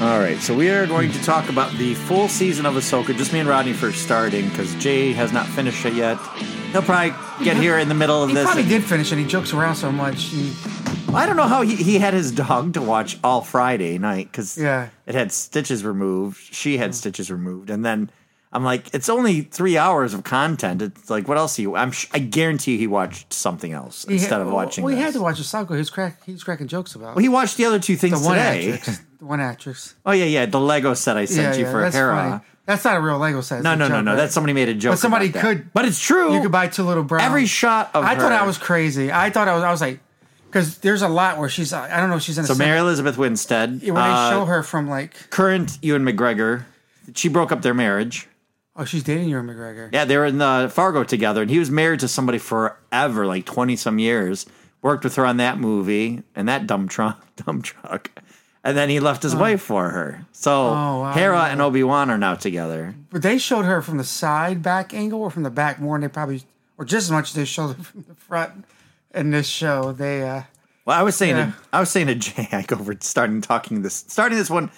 right, so we are going to talk about the full season of Ahsoka. Just me and Rodney for starting because Jay has not finished it yet. He'll probably get here in the middle of He this. probably and- did finish it. He jokes around so much. He, I don't know how he, he had his dog to watch all Friday night because Yeah. it had stitches removed. She had stitches removed, and then I'm like, it's only three hours of content. It's like, what else? He, I'm, sh- I guarantee he watched something else he instead had, of watching. Well, he this. had to watch Osako. He was crack. He was cracking jokes about Well, he watched the other two the things one today. actress. The one actress. Oh yeah, yeah, the Lego set I sent yeah, you yeah, for that's Hera. funny. That's not a real Lego set. It's No, a no, no, joke, no. right? That's somebody made a joke. But somebody about that. could- But it's true. You could buy two little brown. Every shot of I thought her- I was crazy. I thought I was. I was like, because there's a lot where she's. I don't know. if She's in a. So cell- Mary Elizabeth Winstead, when uh, they show her from like, current Ewan McGregor, she broke up their marriage. oh, she's dating Ewan McGregor. Yeah, they were in the Fargo together, and he was married to somebody forever, like twenty some years. Worked with her on that movie and that dumb truck, dumb truck, and then he left his wife for her. So Oh, wow. Hera and Obi Wan are now together. But they showed her from the side back angle or from the back more, and they probably or just as much as they showed her from the front. In this show, they. uh Well, I was saying, Yeah. to, I was saying to Jay, I go over starting talking this, starting this one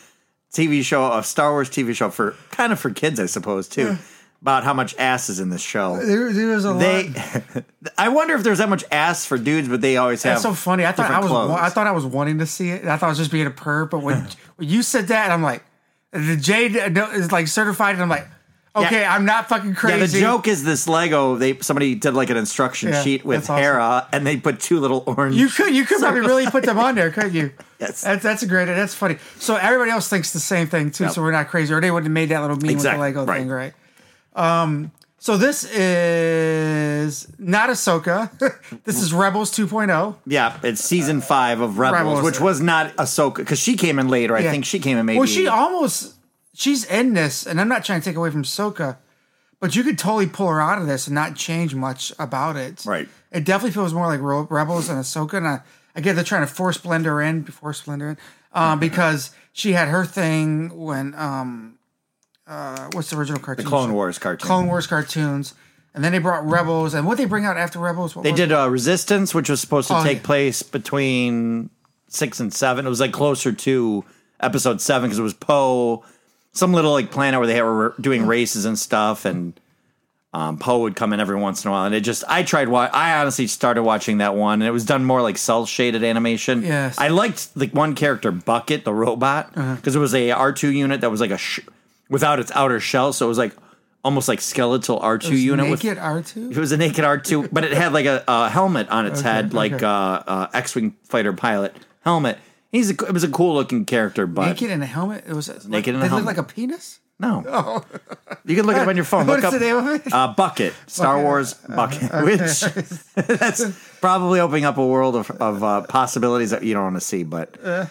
TV show, a Star Wars TV show for kind of for kids, I suppose, too, about how much ass is in this show. There, there was a They, lot. I wonder if there's that much ass for dudes, but they always have. That's so funny. I thought I different was. clothes. I thought I was wanting to see it. I thought I was just being a perv. But when, when you said that, I'm like, the Jade is like certified, and I'm like, okay, I'm not fucking crazy. Yeah, the joke is this Lego. They somebody did like an instruction Yeah, sheet with that's awesome. Hera, and they put two little orange. You could you could probably really put them on there, couldn't you? Yes. That's that's a great that's funny. So everybody else thinks the same thing too, Yep. so we're not crazy. Or they would have made that little meme Exactly, with the Lego right. thing, right? Um so this is not Ahsoka. this is Rebels oh. 2.0. yeah, it's season five of Rebels, Rebels, which yeah. was not Ahsoka because she came in later. I Yeah. think she came in maybe. Well, she almost she's in this, and I'm not trying to take away from Ahsoka, but you could totally pull her out of this and not change much about it. Right. It definitely feels more like Re- Rebels and Ahsoka, and I, I get they're trying to force blend her in, force blend her in, um, Mm-hmm. because she had her thing when um, uh, what's the original cartoon? Clone show? Wars cartoon. Clone Wars cartoons, and then they brought Rebels, and what they bring out after Rebels? What They was did uh, Resistance, which was supposed to Oh, take yeah. place between six and seven. It was like closer to episode seven because it was Poe, some little like planet where they were doing races and stuff, and um, Poe would come in every once in a while. And it just, I tried. Wa- I honestly started watching that one, and it was done more like cell shaded animation. Yes. Uh-huh. I liked the one character Bucket, the robot, because it was a R two unit that was like a sh- without its outer shell, so it was like almost like skeletal R two unit with Naked R two. it was a naked R2, but it had like a, a helmet on its head, like okay. uh, uh, X-wing fighter pilot helmet. He's a, it was a cool looking character, but Naked in a helmet. It was naked like, in a they helmet. look like a penis. no, you can look it up on your phone. Oh. What look is up the name of it? Uh, Uh, Bucket Star Wars Bucket, which that's probably opening up a world of, of uh, possibilities that you don't want to see. But uh,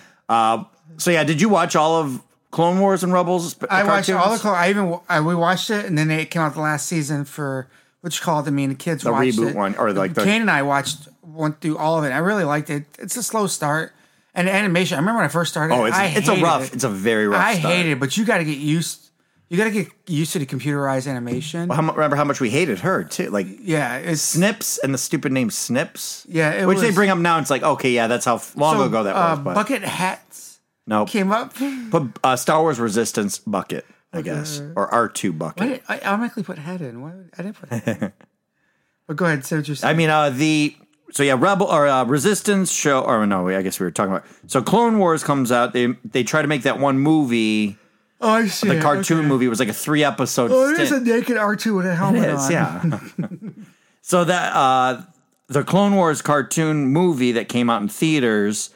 so yeah, did you watch all of Clone Wars and Rebels? uh, I watched all the. cartoons? Clone, I even I, we watched it, and then it came out the last season for which called. I mean, the kids the watched reboot it. one, or like the- Kane and I watched went through all of it. I really liked it. It's a slow start, and the animation. I remember when I first started. Oh, it's, I it's a hated rough. it. It's a very rough. I start. hate it, but you got to get used. You got to get used to the computerized animation. How, mu- remember how much we hated her too? Like yeah, it's Snips and the stupid name Snips. Yeah, it which they was- bring up now. It's like, okay, yeah, that's how f- long so, ago that uh, was. But bucket hats no, came up. put uh, Star Wars Resistance bucket, I guess, or R two I, bucket. didn't- I automatically put hat in. Why would, I didn't put hat. In. but go ahead, say what you're saying. I mean, uh, the so yeah, Rebel or uh, Resistance show, or no, I guess we were talking about. So Clone Wars comes out. They they try to make that one movie, oh, I see. the cartoon okay. movie, was like a three episode. Oh, there's a stint. naked R two with a helmet It is, on. yeah. so that uh, the Clone Wars cartoon movie that came out in theaters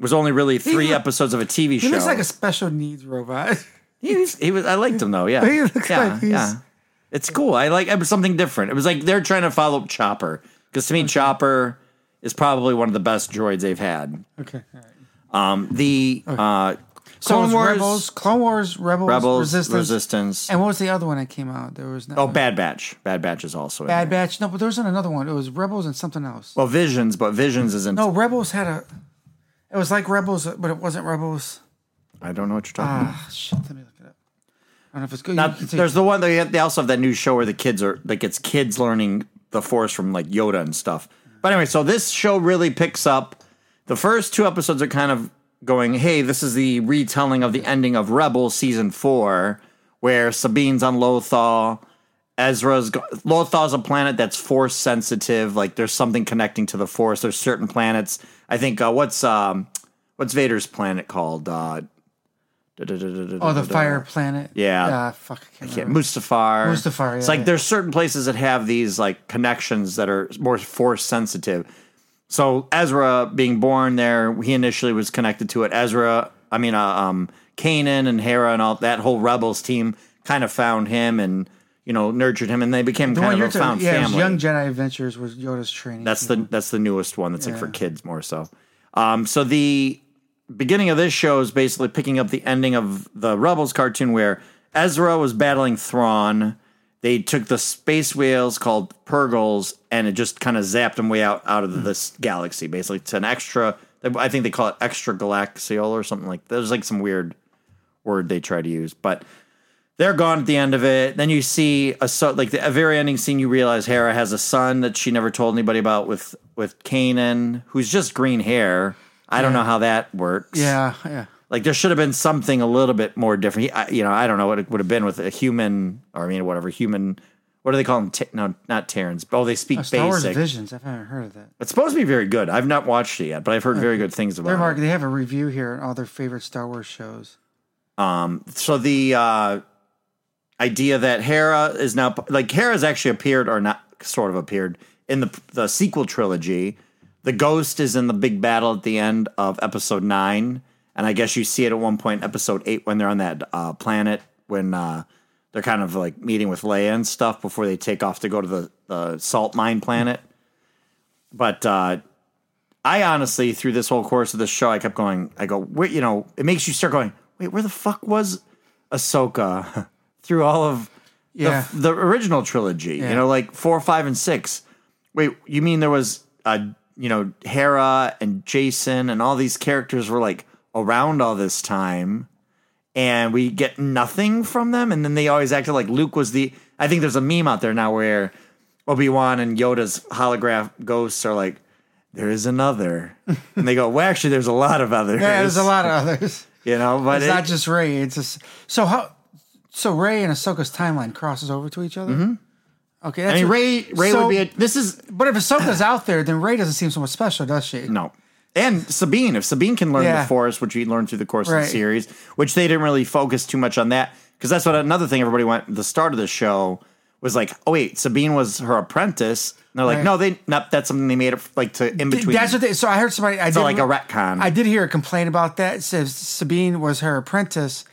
was only really three look- episodes of a TV show. He looks like a special needs robot. He was, he was. I liked him though. Yeah, He looks yeah, like he's- yeah. It's cool. I like it was something different. It was like they're trying to follow up Chopper because to me Chopper is probably one of the best droids they've had. okay. All right. Um, the uh, So Clone it's Wars, Rebels, Clone Wars, Rebels, Rebels, Resistance. Resistance. And what was the other one that came out? There was no oh, Bad Batch. Bad Batch is also in Bad there. Batch. No, but there was another one. It was Rebels and something else. Well, Visions, but Visions isn't. No, Rebels had a. It was like Rebels, but it wasn't Rebels. I don't know what you're talking. Ah, shit. Let me look it up. I don't know if it's good. about. Now, there's the one they have, they also have that new show where the kids are like it's kids learning the Force from like Yoda and stuff. But anyway, so this show really picks up. The first two episodes are kind of going, hey, this is the retelling of the ending of Rebel season four, where Sabine's on Lothal. Ezra's go- Lothal's a planet that's force sensitive. Like there's something connecting to the force. There's certain planets. I think uh, what's um what's Vader's planet called? Uh, Oh, the fire planet. Yeah. Uh, fuck. I can't Yeah, remember. Mustafar. Mustafar, yeah, it's like yeah. there's certain places that have these like connections that are more force sensitive. So Ezra being born there, he initially was connected to it. Ezra, I mean, uh, um, Kanan and Hera and all that whole Rebels team kind of found him and you know nurtured him, and they became The one kind you're of a found talking. Yeah, it was family. Young Jedi Adventures was Yoda's training. That's the that's the newest one. That's like for kids more so. Um, so the beginning of this show is basically picking up the ending of the Rebels cartoon where Ezra was battling Thrawn. They took the space whales called Purgles and it just kind of zapped them way out out of this galaxy. Basically, it's an extra. I think they call it extra galaxial or something like. There's like some weird word they try to use, but they're gone at the end of it. Then you see a so like the a very ending scene. You realize Hera has a son that she never told anybody about with with Kanan, who's just green hair. I don't know how that works. yeah, yeah. like there should have been something a little bit more different. He, I, you know, I don't know what it would have been with a human, or I mean, whatever human. What do they call them? T- no, not Terrans. Oh, they speak Uh, Star Wars basic. Visions. I've never heard of that. It's supposed to be very good. I've not watched it yet, but I've heard very good things about Uh, They're it. mark- they have a review here on all their favorite Star Wars shows. so the uh, idea that Hera is now like Hera's actually appeared or not sort of appeared in the the sequel trilogy. The ghost is in the big battle at the end of episode nine, and I guess you see it at one point in episode eight when they're on that uh, planet when uh, they're kind of like meeting with Leia and stuff before they take off to go to the, the salt mine planet. But uh, I honestly, through this whole course of the show, I kept going. I go, where, you know, it makes you start going. Wait, where the fuck was Ahsoka through all of Yeah. the, the original trilogy? You know, like four, five, and six. Wait, you mean there was, uh, you know, Hera and Jason and all these characters were like around all this time, and we get nothing from them, and then they always acted like Luke was the. I think there's a meme out there now where Obi Wan and Yoda's holograph ghosts are like, there is another. and they go, well, actually, there's a lot of others. Yeah, there's a lot of others. You know, but It's it- not just Ray. It's just so how so Ray and Ahsoka's timeline crosses over to each other. Okay, Mm-hmm. I that's mean, what- Ray, Ray so- would be. A, this is But if Ahsoka's out there, then Ray doesn't seem so much special, does she? no. And Sabine, if Sabine can learn Yeah. the Force, which we learned through the course of Right. the series, which they didn't really focus too much on that, because that's what another thing everybody went. The start of the show was like, oh wait, Sabine was her apprentice. And they're like, Right. no, they not. That's something they made up like to in between. That's what they. So I heard somebody. I so did like a retcon. I did hear a complaint about that. It says Sabine was her apprentice.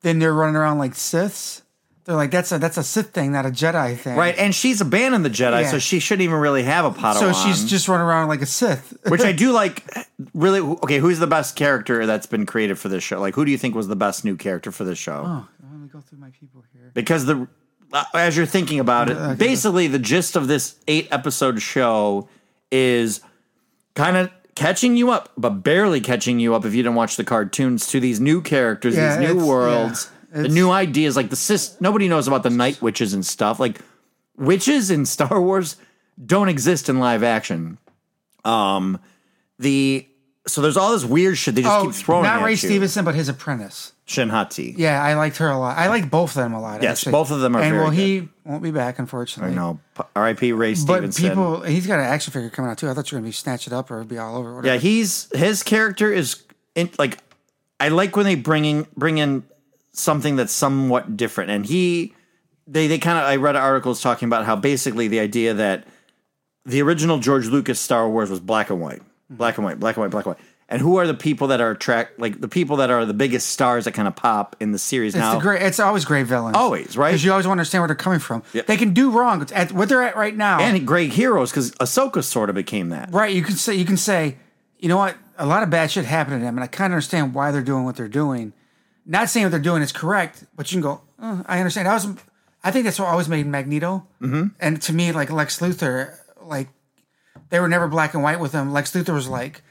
Then they're running around like Siths. They're like that's a that's a Sith thing, not a Jedi thing. right, Oh, and she's abandoned the Jedi, Yeah. so she shouldn't even really have a Padawan. So she's just running around like a Sith. which I do like. Really, okay. Who's the best character that's been created for this show? Like, who do you think was the best new character for this show? Oh, let me go through my people here. Because the uh, as you're thinking about it, basically the gist of this eight episode show is kind of catching you up, but barely catching you up if you didn't watch the cartoons to these new characters, Yeah, these it's- new yeah. worlds, the It's- new ideas. Like the sis, nobody knows about the night witches and stuff. Like witches in Star Wars don't exist in live action. Um, the so there's all this weird shit they just Oh, keep throwing. not at Ray you. Stevenson, but his apprentice. Shin Hati. Yeah, I liked her a lot. I liked both of them a lot. Yes, actually. both of them are And very well, he won't be back, unfortunately. No, p- R.I.P. Ray But Stevenson. people, he's got an action figure coming out too. I thought you were gonna be snatch it up or it'd be all over. Whatever. Yeah, he's his character is in, like I like when they bringing bring in something that's somewhat different, and he they they kind of I read articles talking about how basically the idea that the original George Lucas Star Wars was black and white, Mm-hmm. black and white, black and white, black and white. And who are the people that are attract like the people that are the biggest stars that kind of pop in the series It's now? the great. It's always great villains. Always, right? Because you always want to understand where they're coming from. They can do wrong. It's at what they're at right now. and great heroes because Ahsoka sort of became that. right, you can say you can say, you know what? A lot of bad shit happened to them, and I kind of understand why they're doing what they're doing. Not saying what they're doing is correct, but you can go. "Uh, I understand. I was. I think that's what always made Magneto. Mm-hmm. And to me, like Lex Luthor, like they were never black and white with him. Lex Luthor was like,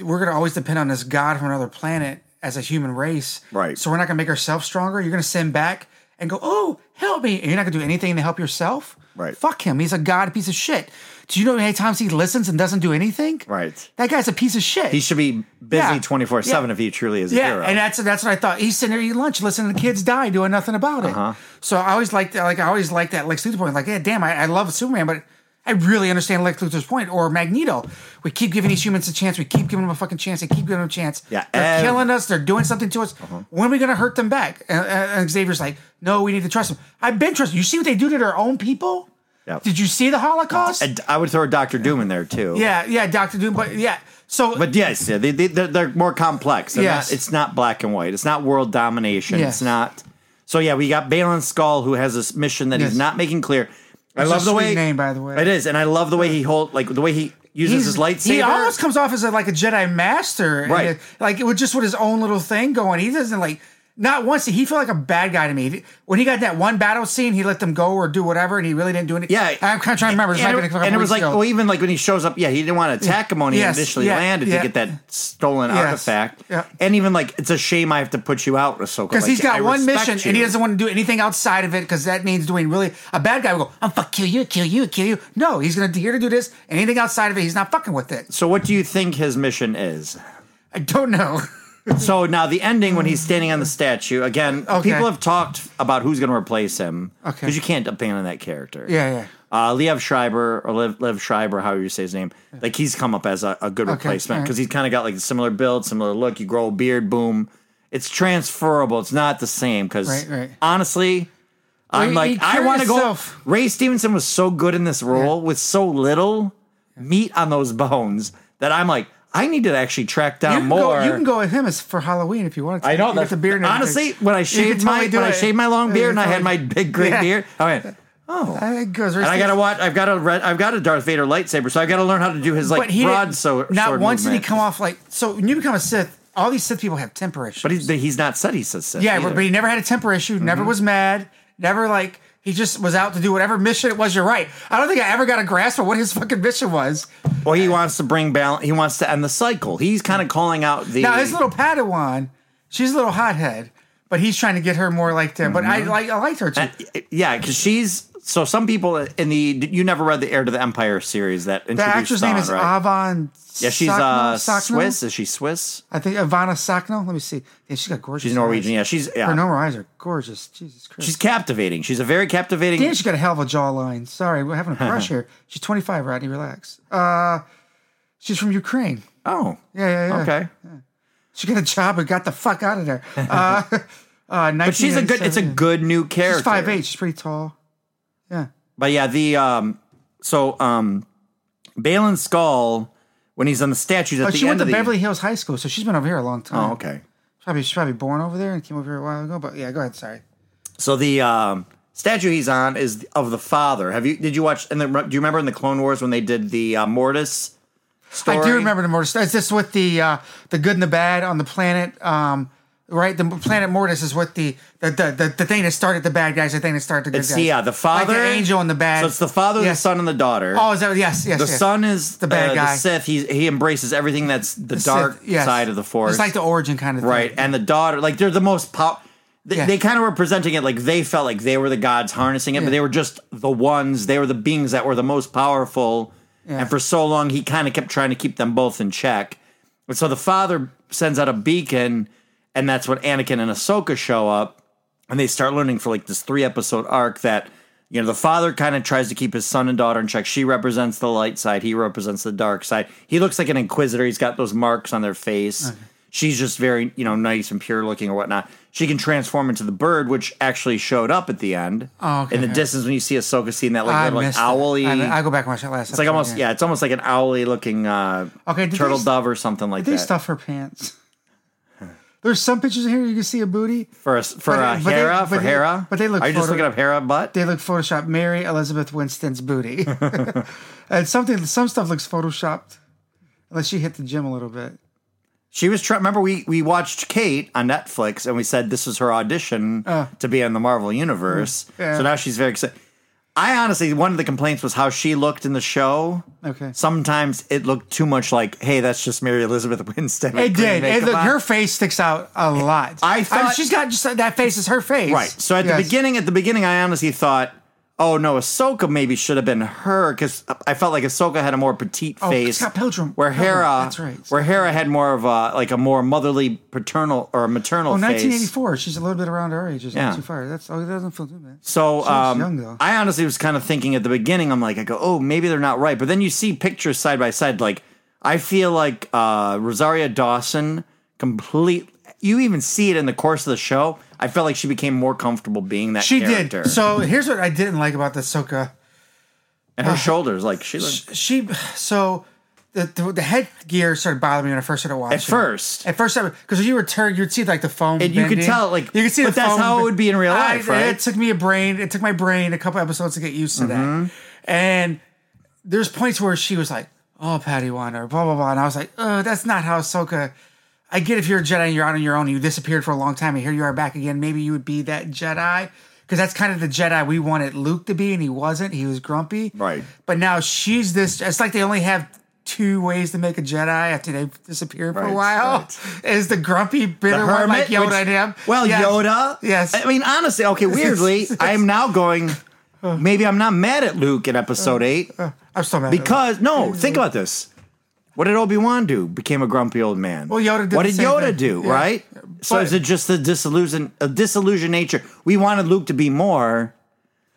we're going to always depend on this god from another planet as a human race. Right. So we're not going to make ourselves stronger. You're going to send back and go, "Oh, help me!" And you're not gonna do anything to help yourself. Right. Fuck him. He's a god piece of shit. Do you know how many times he listens and doesn't do anything? Right. That guy's a piece of shit. He should be Yeah. busy twenty four seven Yeah. if he truly is a yeah, hero. and uh, that's that's what I thought. He's sitting there eating lunch, listening to kids die, doing nothing about it. Uh-huh. So I always liked that. Like I always liked that Lex Luthor point. Like, yeah, damn, I, I love Superman, but I really understand Lex Luthor's point or Magneto. We keep giving these humans a chance. We keep giving them a fucking chance. They keep giving them a chance. Yeah, they're ev- Uh-huh. killing us. They're doing something to us. When are we gonna hurt them back? And, and Xavier's like, no, we need to trust them. I've been trusting. You see what they do to their own people? Yeah. Did you see the Holocaust? And I would throw Doctor Doom in there too. yeah, yeah, Doctor Doom. But yeah, so But yes, yeah, they, they, they're, they're more complex. They're Yes. not- it's not black and white. It's not world domination. Yes. It's not. So yeah, we got Balin Skull who has this mission that Yes. he's not making clear. I It's a love the sweet way name, by the way. It is, and I love the way he hold like the way he uses his lightsaber. He almost comes off as a, like a Jedi master, and Right. it- like it was just with his own little thing going. He doesn't like not once did he feel like a bad guy to me. When he got that one battle scene, he let them go or do whatever, and he really didn't do anything. Yeah. I'm kind of trying to remember. It's and, not it, been a couple and it was like, weeks ago. well, even like when he shows up, yeah, he didn't want to attack him when he Yes, initially yeah, landed yeah. to get that stolen Yes, artifact. yeah. And even like, it's a shame I have to put you out, Ahsoka. Because Like, he's got I one respect mission and he you. doesn't want to do anything outside of it because that means doing really a bad guy will go, I'm fuck kill you, kill you, kill you. No, he's gonna here to do this. Anything outside of it, he's not fucking with it. So, what do you think his mission is? I don't know. So now the ending when he's standing on the statue again. Okay. People have talked about who's going to replace him. Okay. because you can't abandon that character. Yeah, yeah. Uh, Liev Schreiber or Liv, Liv Schreiber, however you say his name, like he's come up as a, a good replacement alright. because he's kind of got like a similar build, similar look. You grow a beard, boom. It's transferable. It's not the same because Right, right. honestly, I'm you- you like I cure want to go. yourself. Ray Stevenson was so good in this role with so little meat on those bones that I'm like I need to actually track You down can, more. go, you can go with him as for Halloween if you want to. I know You get that's the beard. and everything. Honestly, when I You can shaved totally my do when I it. shaved my long Yeah, beard you and I had my totally- big gray Yeah. beard, I went, oh. I think it goes. and I gotta watch. I've got to. Read, I've got a Darth Vader lightsaber, so I've got to learn how to do his like But he broad did so not sword once did movement. he come off like. So when you become a Sith, all these Sith people have temper issues. But he's, he's not said he says Sith. yeah, either. Mm-hmm. but he never had a temper issue. Never was mad. Never like he just was out to do whatever mission it was. You're right. I don't think I ever got a grasp of what his fucking mission was. well, he wants to bring balance. He wants to end the cycle. He's kind of calling out the. Now his little Padawan, she's a little hothead, but he's trying to get her more like them. But I Mm-hmm. like I liked her too. yeah, because she's so some people in the you never read the Heir to the Empire series that The introduced actress name Thrawn, is Ah right? Avon. yeah, she's Sockno- uh, Sockno? Swiss. Is she Swiss? I think Ivana Sockno. Let me see. Yeah, she's got gorgeous. She's Norwegian. Eyes. Yeah, she's yeah. Her Norwegian eyes are gorgeous. Jesus Christ. She's captivating. She's a very captivating. Damn, she's got a hell of a jawline. Sorry, we're having a crush here. She's 25, Rodney. Relax. Uh, she's from Ukraine. Oh, Yeah, yeah, yeah. okay. She got a job and got the fuck out of there. Uh, uh, But she's a good. It's a good new character. She's 5'8. She's pretty tall. Yeah. But yeah, the um. So um, Balin Skull when he's on the statues at But the Oh, she end went to of the Beverly Hills High School, so she's been over here a long time. Oh, okay. Probably, she's probably born over there and came over here a while ago. But yeah, go ahead. Sorry. So the um statue he's on is of the father. Have you did you watch? And do you remember in the Clone Wars when they did the uh, Mortis? Story? I do remember the Mortis. Is this with the uh, the good and the bad on the planet? Um, right, the planet Mortis is what the the, the the the thing that started the bad guys. The thing that started the good It's guys. yeah, the father, like the angel and the bad. So it's the father, Yes. the son, and the daughter. Oh, is that yes, yes. the yes. son is The bad uh, guy. The Sith. He he embraces everything that's the, dark Sith, yes. side of the Force. It's like the origin kind of thing. right and the daughter like they're the most pow- they, Yeah. they kind of were presenting it like they felt like they were the gods harnessing it Yeah. but they were just the ones they were the beings that were the most powerful Yeah. and for so long he kind of kept trying to keep them both in check and so the father sends out a beacon and that's when Anakin and Ahsoka show up and they start learning for like this three episode arc that you know the father kind of tries to keep his son and daughter in check she represents the light side he represents the dark side he looks like an inquisitor he's got those marks on their face she's just very you know nice and pure looking or whatnot she can transform into the bird which actually showed up at the end Oh, okay. in the distance when you see Ahsoka seeing that like, I little, like missed it. owly I, I go back and watch that last. it's like almost yeah. it's almost like an owly looking uh Okay, did they turtle s- dove or something like They that stuff her pants. There's some pictures in here you can see a booty. for a, for but- uh, but they- Hera but for they- Hera but they look are you just photo- looking up Hera butt They look photoshopped. Mary Elizabeth Winston's booty, and something some stuff looks photoshopped, unless she hit the gym a little bit. She was trying. Remember, we we watched Kate on Netflix, and we said this was her audition to be in the Marvel universe. Uh. Mm. yeah. So now she's very excited. I honestly, one of the complaints was how she looked in the show. Okay. Sometimes it looked too much like, hey, that's just Mary Elizabeth Winstead. It did. It, look, her face sticks out a lot. I thought- she's got just that face is her face. Right. So at the Yes. beginning, at the beginning, I honestly thought, oh no, Ahsoka maybe should have been her because I felt like Ahsoka had a more petite face. Oh, Scott Pilgrim. Where Pilgrim, Hera, that's right. Where Hera had more of a like a more motherly, paternal or maternal. Oh, face. 1984. She's a little bit around our age. It's Yeah. not too far. That's oh, it doesn't feel too bad. So She looks um, young, though. I honestly was kind of thinking at the beginning, I'm like, I go, oh, maybe they're not right. But then you see pictures side by side. Like, I feel like uh, Rosaria Dawson complete. You even see it in the course of the show. I felt like she became more comfortable being that She character. did. So here's what I didn't like about the Soka. and her shoulders, like she looked She so the, the the headgear started bothering me when I first started watching. at first. At first, because you were turned, you'd see like the foam. And you could bending. tell, like, you could see. but the that's foam how it ben- would be in real I- life, right? It took me a brain. It took my brain a couple episodes to get used to that. Mm-hmm. And there's points where she was like, "Oh, Patty Wanda," blah blah blah, and I was like, "Oh, that's not how Ahsoka." I get if you're a Jedi and you're out on your own, you disappeared for a long time, and here you are back again. Maybe you would be that Jedi because that's kind of the Jedi we wanted Luke to be, and he wasn't. He was grumpy, Right. But now she's this. It's like they only have two ways to make a Jedi after they disappear for Right, a while. right. Is the grumpy bitter one like Yoda which- and him? Well, Yes. Yoda. Yes. I mean, honestly, okay, weirdly, I am now going, maybe I'm not mad at Luke in episode eight. I'm still mad. at him. Because no, think about this. What did Obi Wan do? Became a grumpy old man. Well, Yoda did What the did same Yoda thing. do? Yeah. Right. so But- is it just the disillusion, a disillusion nature? We wanted Luke to be more.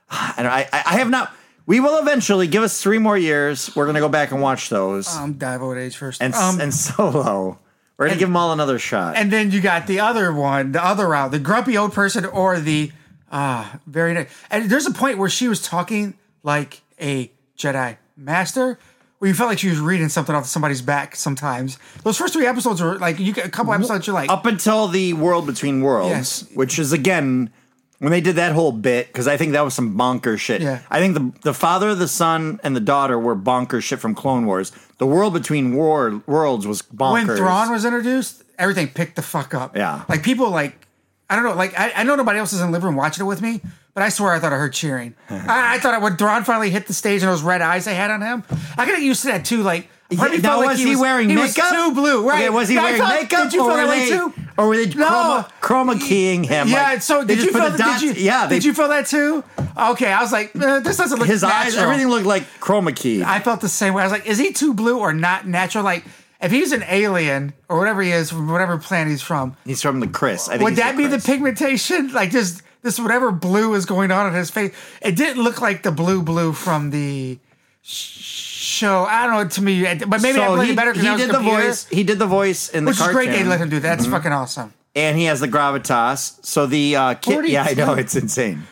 And I, I, I have not. We will eventually give us three more years. We're gonna go back and watch those um, dive old age first. and um, and Solo. We're gonna give them all another shot. and then you got the other one, the other route, the grumpy old person or the ah very nice. And there's a point where she was talking like a Jedi master, where you felt like she was reading something off somebody's back. Sometimes those first three episodes were like you get a couple episodes you're like up until the world between worlds, Yes. which is again when they did that whole bit because I think that was some bonker shit. Yeah. I think the the father, the son, and the daughter were bonker shit from Clone Wars. The world between war worlds was bonkers. when Thrawn was introduced, everything picked the fuck up. Yeah. Like people like I don't know, like I, I know nobody else is in the living room watching it with me, but I swear I thought I heard cheering. I, I thought I, when Thrawn finally hit the stage and those red eyes I had on him, I got used to that too. Like part of me now, felt like was he, wearing he was makeup? too blue, right? Okay, was he Yeah, I wearing felt- makeup? Did you or feel were that they- way too? Or were they No. chroma, chroma keying him? Yeah, like, so they did just you put feel the that? dots, Did you, yeah, they, did you feel that too? Okay, I was like, uh, this doesn't look his eyes, natural. everything looked like chroma key. I felt the same way. I was like, is he too blue or not natural? Like, if he's an alien or whatever he is from whatever planet he's from, He's from the Chris. I think would he's that be Chris. the pigmentation? Like just this whatever blue is going on in his face. It didn't look like the blue blue from the sh- show. I don't know to me, but maybe I So played he, it better because he I was did a the computer, voice. He did the voice in the which is cartoon. Mm-hmm. great. They let him do that. That's fucking awesome. and he has the gravitas. So the uh, kid, yeah, I know 42. it's insane.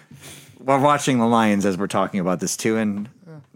We're watching the Lions as we're talking about this too, and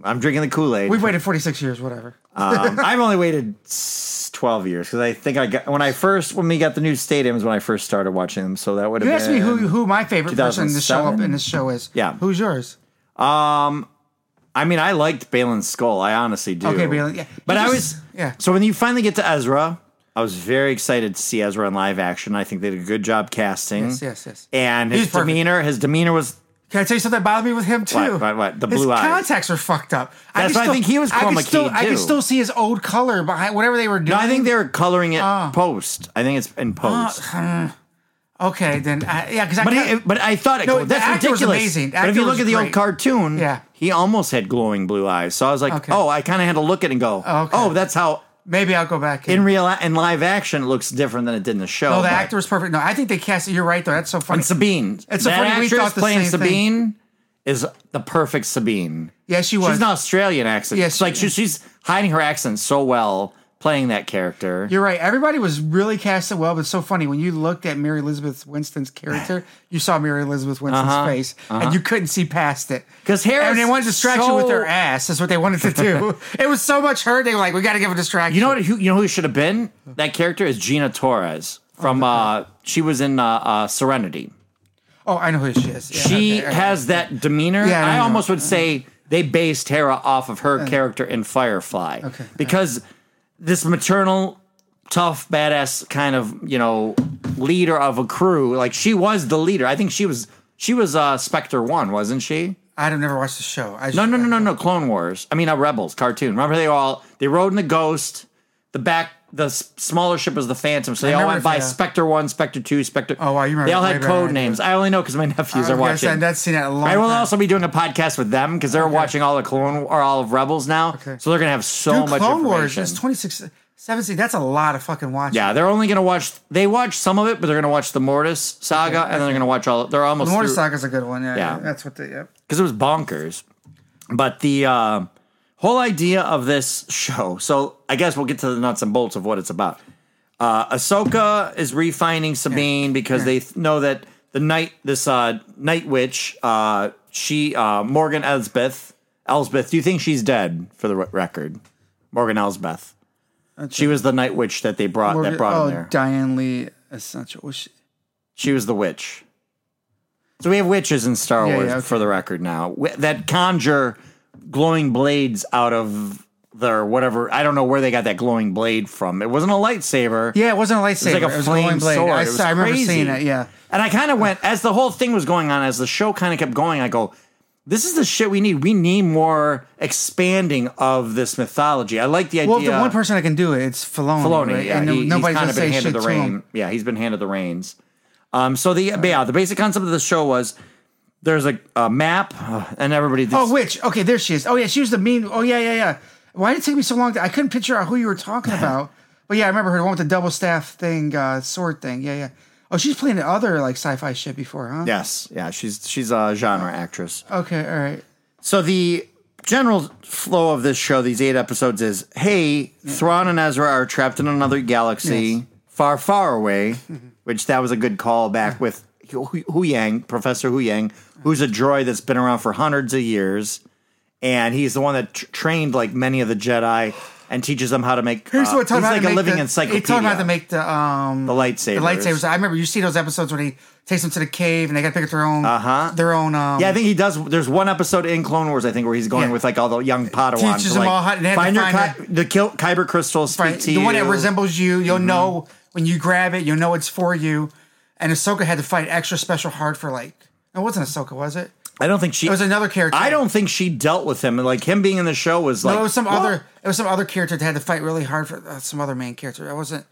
I'm drinking the Kool Aid. We've waited forty six years, whatever. Um, I've only waited s- 12 years because I think I got when I first when we got the new stadiums when I first started watching them. So that would have You been asked me who who my favorite person to show up 2007? in this show is. Yeah. who's yours? I mean, I liked Balin's skull. I honestly do. Okay, Balin, yeah. But He I just- was yeah. So when you finally get to Ezra, I was very excited to see Ezra in live action. I think they did a good job casting. Yes, yes, yes. And He's his perfect. demeanor, his demeanor was Can I tell you something that bothered me with him too? What, what, what? The his blue eyes. contacts are fucked up. I That's can why I think he was I can chroma still, keyed, I too. can still see his old color behind whatever they were doing. Uh, No, I think they were coloring it Ah. post. I think it's in post. Okay, then I, Ah. yeah, because I but kinda- he, but I thought it No, the that's actor was ridiculous. amazing. But if Actor you look was at the old great. cartoon, Yeah. he almost had glowing blue eyes. So I was like, Okay. oh, I kind of had to look at it and go, Okay. oh, that's how maybe I'll go back. in real in live action it looks different than it did in the show. no, the but- actor was perfect. No, I think they cast it. You're right though. That's so funny. and Sabine, It's so that funny, we actress thought the playing same thing. Sabine is the perfect Sabine. yeah, she was. She's an Australian accent. Yes, It's she like she, she's hiding her accent so well playing that character. You're right. Everybody was really casted well, but it's so funny when you looked at Mary Elizabeth Winston's character, you saw Mary Elizabeth Winston's Uh-huh. face, and you couldn't see past it 'Cause Hera's And they wanted distraction with so- their ass. Is what they wanted to do. it was so much her. They were like, we got to give a distraction. You know what? Who, you know who should have been that character is Gina Torres from. uh, she was in uh, uh, Serenity. Oh, I know who she is. Yeah, She okay, okay. has that demeanor. Yeah, I I, know. almost would say they based Hera off of her character in Firefly. Okay. Because this maternal, tough, badass kind of you know leader of a crew, like she was the leader. I think she was she was uh, Spectre One, wasn't she? I'd have never watched the show. I No, no, no, no, no. Clone Wars. I mean, uh, Rebels cartoon. Remember they were all they rode in the Ghost. The back, the s- smaller ship was the Phantom. So they all remember went by that. Spectre One, Spectre Two, Spectre. Oh, wow, you remember They all way had better than I code do. names. I only know because my nephews are watching. I've not seen that in a long I time. will also be doing a podcast with them because they're watching all the Clone or all of Rebels now. Okay. So they're gonna have so Dude, much Clone Wars information. is 26, 17. That's a lot of fucking watching. yeah, they're only gonna watch. They watch some of it, but they're gonna watch the Mortis saga, and then they're gonna watch all. They're almost The Mortar through- Saga's a good one. Yeah, Yeah. yeah. that's what they. Yep. because it was bonkers. But the uh, whole idea of this show, so I guess we'll get to the nuts and bolts of what it's about. Uh, Ahsoka is refining Sabine because they th- know that the night this uh, night witch, uh, she uh, Morgan Elsbeth, Elsbeth. Do you think she's dead? For the re- record, Morgan Elsbeth. She was the night witch that they brought that brought oh, in there. Diane Lee Essential. Was she, She was the witch. So we have witches in Star Yeah, Wars yeah, okay. for the record now Wi- that conjure glowing blades out of their whatever. I don't know where they got that glowing blade from. It wasn't a lightsaber. yeah, it wasn't a lightsaber. like a It was glowing flame blade. sword. I, It was saw- I remember crazy. seeing it. Yeah. And I kind of went as the whole thing was going on, as the show kind of kept going. I go, this is the shit we need. We need more expanding of this mythology. I like the idea. Well, the one person that can do it, it's Filoni. Filoni, right? yeah, and no- he- he's nobody's kind gonna of been say shit handed the to him. reins. Yeah, he's been handed the reins. Um, so the but yeah, the basic concept of the show was there's a, a map uh, and everybody. This, Oh, which? Okay, there she is. Oh yeah, she was the mean. Oh yeah, yeah, yeah. Why did it take me so long? To, I couldn't picture out who you were talking about. but yeah, I remember her the one with the double staff thing, uh, sword thing. Yeah, yeah. Oh, she's playing the other like sci-fi shit before, huh? yes, yeah, she's she's a genre actress. Okay, all right. So the general flow of this show, these eight episodes, is hey, Thrawn and Ezra are trapped in another galaxy Yes. far, far away, which that was a good call back with Hu Hu Yang, Professor Hu Yang, who's a droid that's been around for hundreds of years. And he's the one that tr trained like many of the Jedi and teaches them how to make. Here's uh, what he's talking about like to a make living the, encyclopedia. He's talking about to make the um the lightsabers. the lightsabers. I remember you see those episodes where he takes them to the cave and they got to pick up their own Uh-huh. their own um Yeah, I think he does. There's one episode in Clone Wars, I think, where he's going Yeah. with like all the young Padawans. Teaches to, them like, all how- they had to find your find ki- the kil- kyber crystals. Speak right, to the one that you. Mm-hmm. resembles you. You'll know when you grab it. You'll know it's for you. And Ahsoka had to fight extra special hard for like it wasn't Ahsoka, was it? I don't think she. It was another character. I don't think she dealt with him. Like him being in the show was like It was some what? other. It was some other character that had to fight really hard for uh, some other main character. It wasn't.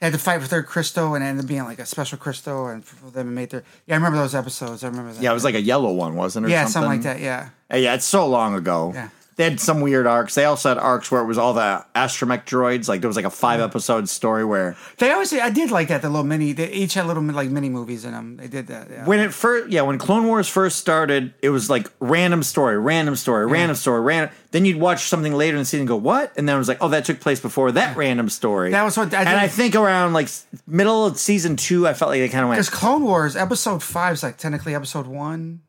They had to fight with their crystal and it ended up being like a special crystal and for them and made their. Yeah, I remember those episodes. I remember that. Yeah, it was like a yellow one, wasn't it? Or yeah, something? something like that. Yeah. Uh, Yeah, it's so long ago. Yeah. They had some weird arcs. They also had arcs where it was all the astromech droids. Like there was like a five episode story where They always. I did like that. The little mini. They each had little like mini movies in them. They did that. Yeah. when it first yeah when Clone Wars first started, it was like random story, random story, random story, random. Then you'd watch something later in the season and go what? And then it was like oh that took place before that random story. That was what I and I didn't- think around like s- middle of season two, I felt like they kind of went There's Clone Wars episode five is like technically episode one.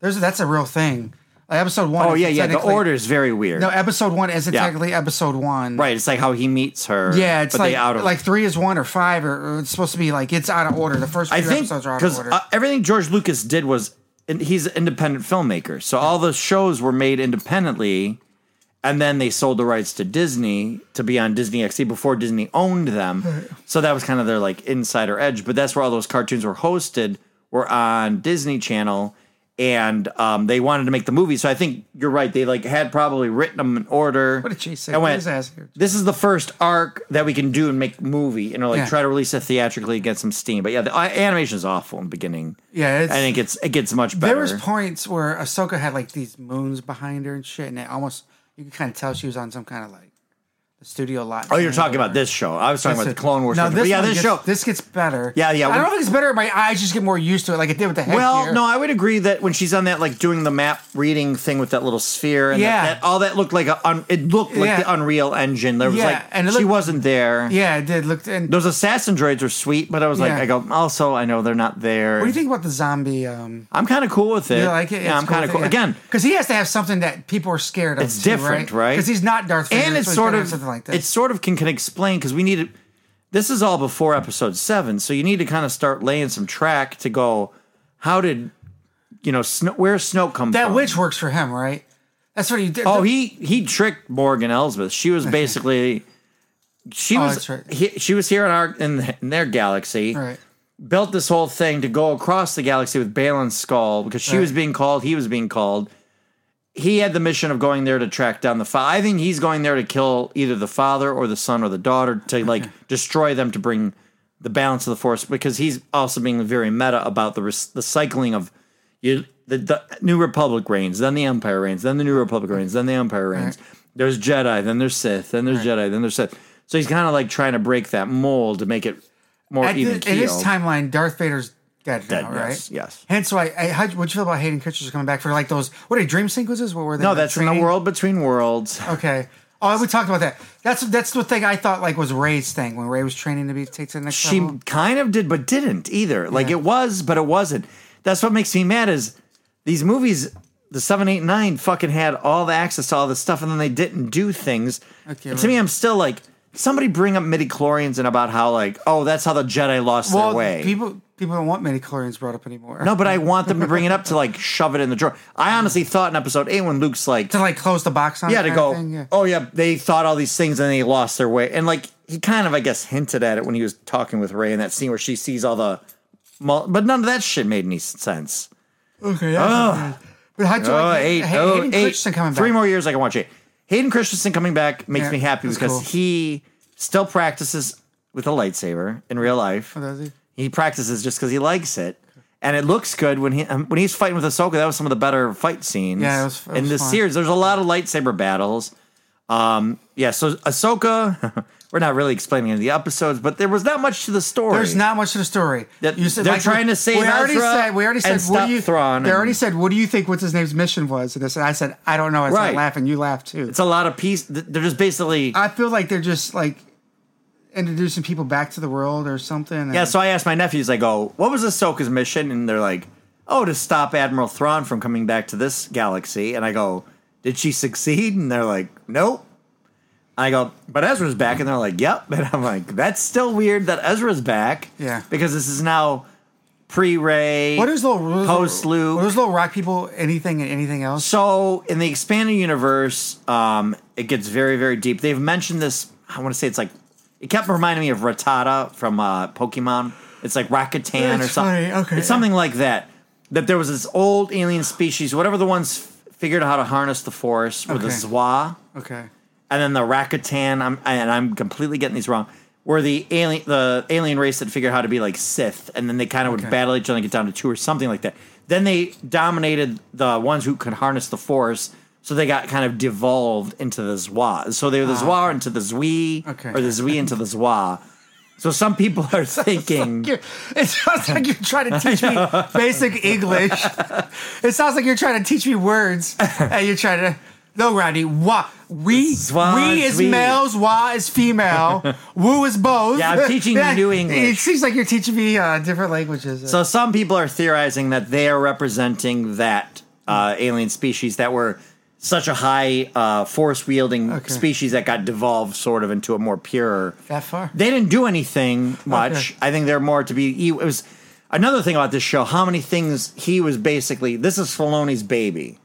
There's that's a real thing. Like episode one. oh is yeah yeah the technically- order is very weird. No, episode one isn't Yeah. technically episode one. Right, it's like how he meets her. Yeah, it's but like they out of like three is one or five or, or it's supposed to be like it's out of order. The first few I think episodes are out of because order. uh, everything George Lucas did was and he's an independent filmmaker, so all the shows were made independently, and then they sold the rights to Disney to be on Disney XD before Disney owned them. So that was kind of their like insider edge, but that's where all those cartoons were hosted were on Disney Channel. And um, they wanted to make the movie, so I think you're right. They like had probably written them in order. what did she say? and What went, is that? this is the first arc that we can do and make movie, and like Yeah. try to release it theatrically, get some steam. But yeah, the uh, animation is awful in the beginning. Yeah, it's, I think it's it gets much better. there was points where Ahsoka had like these moons behind her and shit, and it almost you could kind of tell she was on some kind of like the studio lot. oh, you're talking about this show. I was talking about the Clone Wars. No, show. But this yeah, one this gets, show. This gets better. Yeah, yeah, I when- don't think it's better. My eyes just get more used to it, like it did with the headgear. well, no, I would agree that when she's on that like doing the map reading thing with that little sphere and that- Yeah. that, all that looked like a un, it looked like Yeah. the Unreal Engine. There was Yeah, like and it she looked- wasn't there. Yeah, it did. Looked and Those assassin droids were sweet, but I was like, Yeah. I go. Also, I know they're not there. What do you think about the zombie? Um, I'm kind of cool with it. you like it? Yeah, I'm kind of cool. Again, because he has to have something that people are scared of. It's too, different, right? Because he's not Darth Vader, and so it's he's sort gotta of have something like It this. sort of can, can explain because we need to- This is all before episode seven, so you need to kind of start laying some track to go. How did you know Sno where Snoke come That from? witch works for him, right? That's what he did. Oh, he he tricked Morgan Elsbeth. She was basically she was Oh, that's right. he- she was here in our in, the, in their galaxy. Right. built this whole thing to go across the galaxy with Balin's skull because she was being called, he was being called. He had the mission of going there to track down the father. I think he's going there to kill either the father or the son or the daughter to like destroy them to bring the balance of the force because he's also being very meta about the res- the cycling of you the, the New Republic reigns, then the Empire reigns, then the New Republic reigns, then the Empire reigns. There's Jedi, then there's Sith, then there's Jedi, then there's Sith. So he's kind of like trying to break that mold to make it more At, even thi- in this keel. timeline, Darth Vader's dead, Dead, now, yes, right? yes. Hence why, I, how, what'd you feel about Hayden Christensen coming back for like those, what are they, dream sequences? What were they? No, like, Oh, that's in the training? world between worlds. Okay. Oh, we talked about that. That's that's the thing I thought like was Ray's thing when Ray was training to be take to the next She level. kind of did, but didn't either. Like it was, but it wasn't. That's what makes me mad is these movies, the seven, eight, nine, fucking had all the access to all this stuff, and then they didn't do things. Okay, and to right. me, I'm still like, somebody bring up midi chlorians and about how like, oh, that's how the Jedi lost Well, their way. people people don't want many chlorines brought up anymore. no, but I want them to bring it up to like shove it in the drawer. I honestly thought in episode eight when Luke's like, to like close the box on. yeah, it to kinda go, thing, yeah. oh, yeah, they thought all these things and they lost their way. And like, he kind of, I guess, hinted at it when he was talking with Ray in that scene where she sees all the. mul- But none of that shit made any sense. Okay. that's not bad. But how'd you Oh, like eight, Hay- Hay- oh, Hayden eight. Christensen coming back? Three more years I can watch it. Hayden Christensen coming back makes Yeah, me happy that's because cool. he still practices with a lightsaber in real life. does he? practices just because he likes it. And it looks good when he um, when he's fighting with Ahsoka. That was some of the better fight scenes. Yeah, it was- it in was this fun. series. There's a lot of lightsaber battles. Um, yeah, so Ahsoka, we're not really explaining any of the episodes, but there was not much to the story. There's not much to the story. That- they're trying to save We already Ezra said. We already and said. What stop do you? Thrawn They and- already said. What do you think? What's his name's mission was? And I said. I said. I don't know. I Right. started laughing. You laughed too. It's a lot of piece. th- They're just basically. I feel like they're just like introducing people back to the world or something. and- Yeah, so I asked my nephews, I go, what was Ahsoka's mission? And they're like, oh, to stop Admiral Thrawn from coming back to this galaxy. And I go, did she succeed? And they're like, nope. I go, but Ezra's back. And they're like, yep. And I'm like, that's still weird that Ezra's back. Yeah. Because this is now pre Ray. What is little what is Post little, Luke. what is little rock people? Anything and anything else? So in the expanded universe, um, it gets very, very deep. They've mentioned this. I want to say it's like it kept reminding me of Rattata from uh, Pokemon. It's like Rakatan or That's something. funny, okay. it's something like that. That there was this old alien species, whatever the ones f- figured out how to harness the force, were the Okay. Zwa, Okay. and then the Rakatan. I'm and I'm completely getting these wrong. Were the alien the alien race that figured how to be like Sith, and then they kind of would Okay. battle each other and get down to two or something like that. Then they dominated the ones who could harness the Force, so they got kind of devolved into the Zwa. So they were the Zwa into the Zwi, Ah, Okay. or the Zwi into the Zwa. So some people are thinking, You're- It sounds like you're trying to teach me basic English. It sounds like you're trying to teach me words, and you're trying to. No, Rodney. Wa we Zwa we is is we. males. Wa is female. Woo is both. Yeah, I'm teaching you new It English. seems like you're teaching me uh, different languages. so some people are theorizing that they are representing that uh, alien species that were such a high uh, force wielding Okay. species that got devolved sort of into a more pure. that far. They didn't do anything much. Okay. I think they're more to be. e, It was another thing about this show. How many things he was basically. This is Filoni's baby.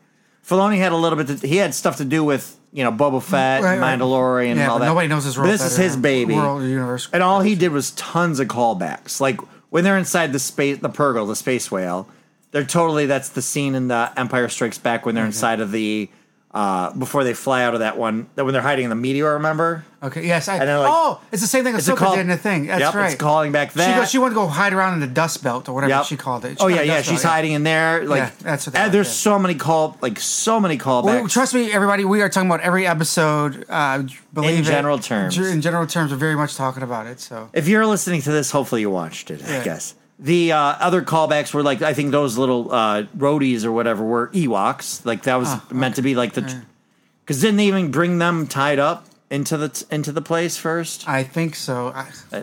Filoni had a little bit. To, he had stuff to do with you know Boba Fett, Mm, Right, right. Mandalorian, and yeah, all but that. nobody knows his But role. This is better. his baby, World universe. and all he did was tons of callbacks. Like when they're inside the space, the Purgle, the space whale. They're totally. That's the scene in the Empire Strikes Back when they're inside of the. Uh, before they fly out of that one, that when they're hiding in the meteor, remember? Okay. Yes. I, And they're like- oh, it's the same thing a Ahsoka call- did in the thing. That's Yep, it's right. calling back She that. goes. She wanted to go hide around in the dust belt or whatever Yep. she called it. She oh called yeah, it yeah. dust She's belt, hiding in there. Like that's what they and are, There's yeah. so many call, like so many callbacks. Well, trust me, everybody. We are talking about every episode. Uh, believe In it. general terms. Ge- In general terms, we're very much talking about it. So if you're listening to this, hopefully you watched it. I Yeah. guess the uh, other callbacks were like I think those little uh, roadies or whatever were Ewoks. Like that was Ah, meant to be like the because didn't they even bring them tied up into the t- into the place first? I think so. I,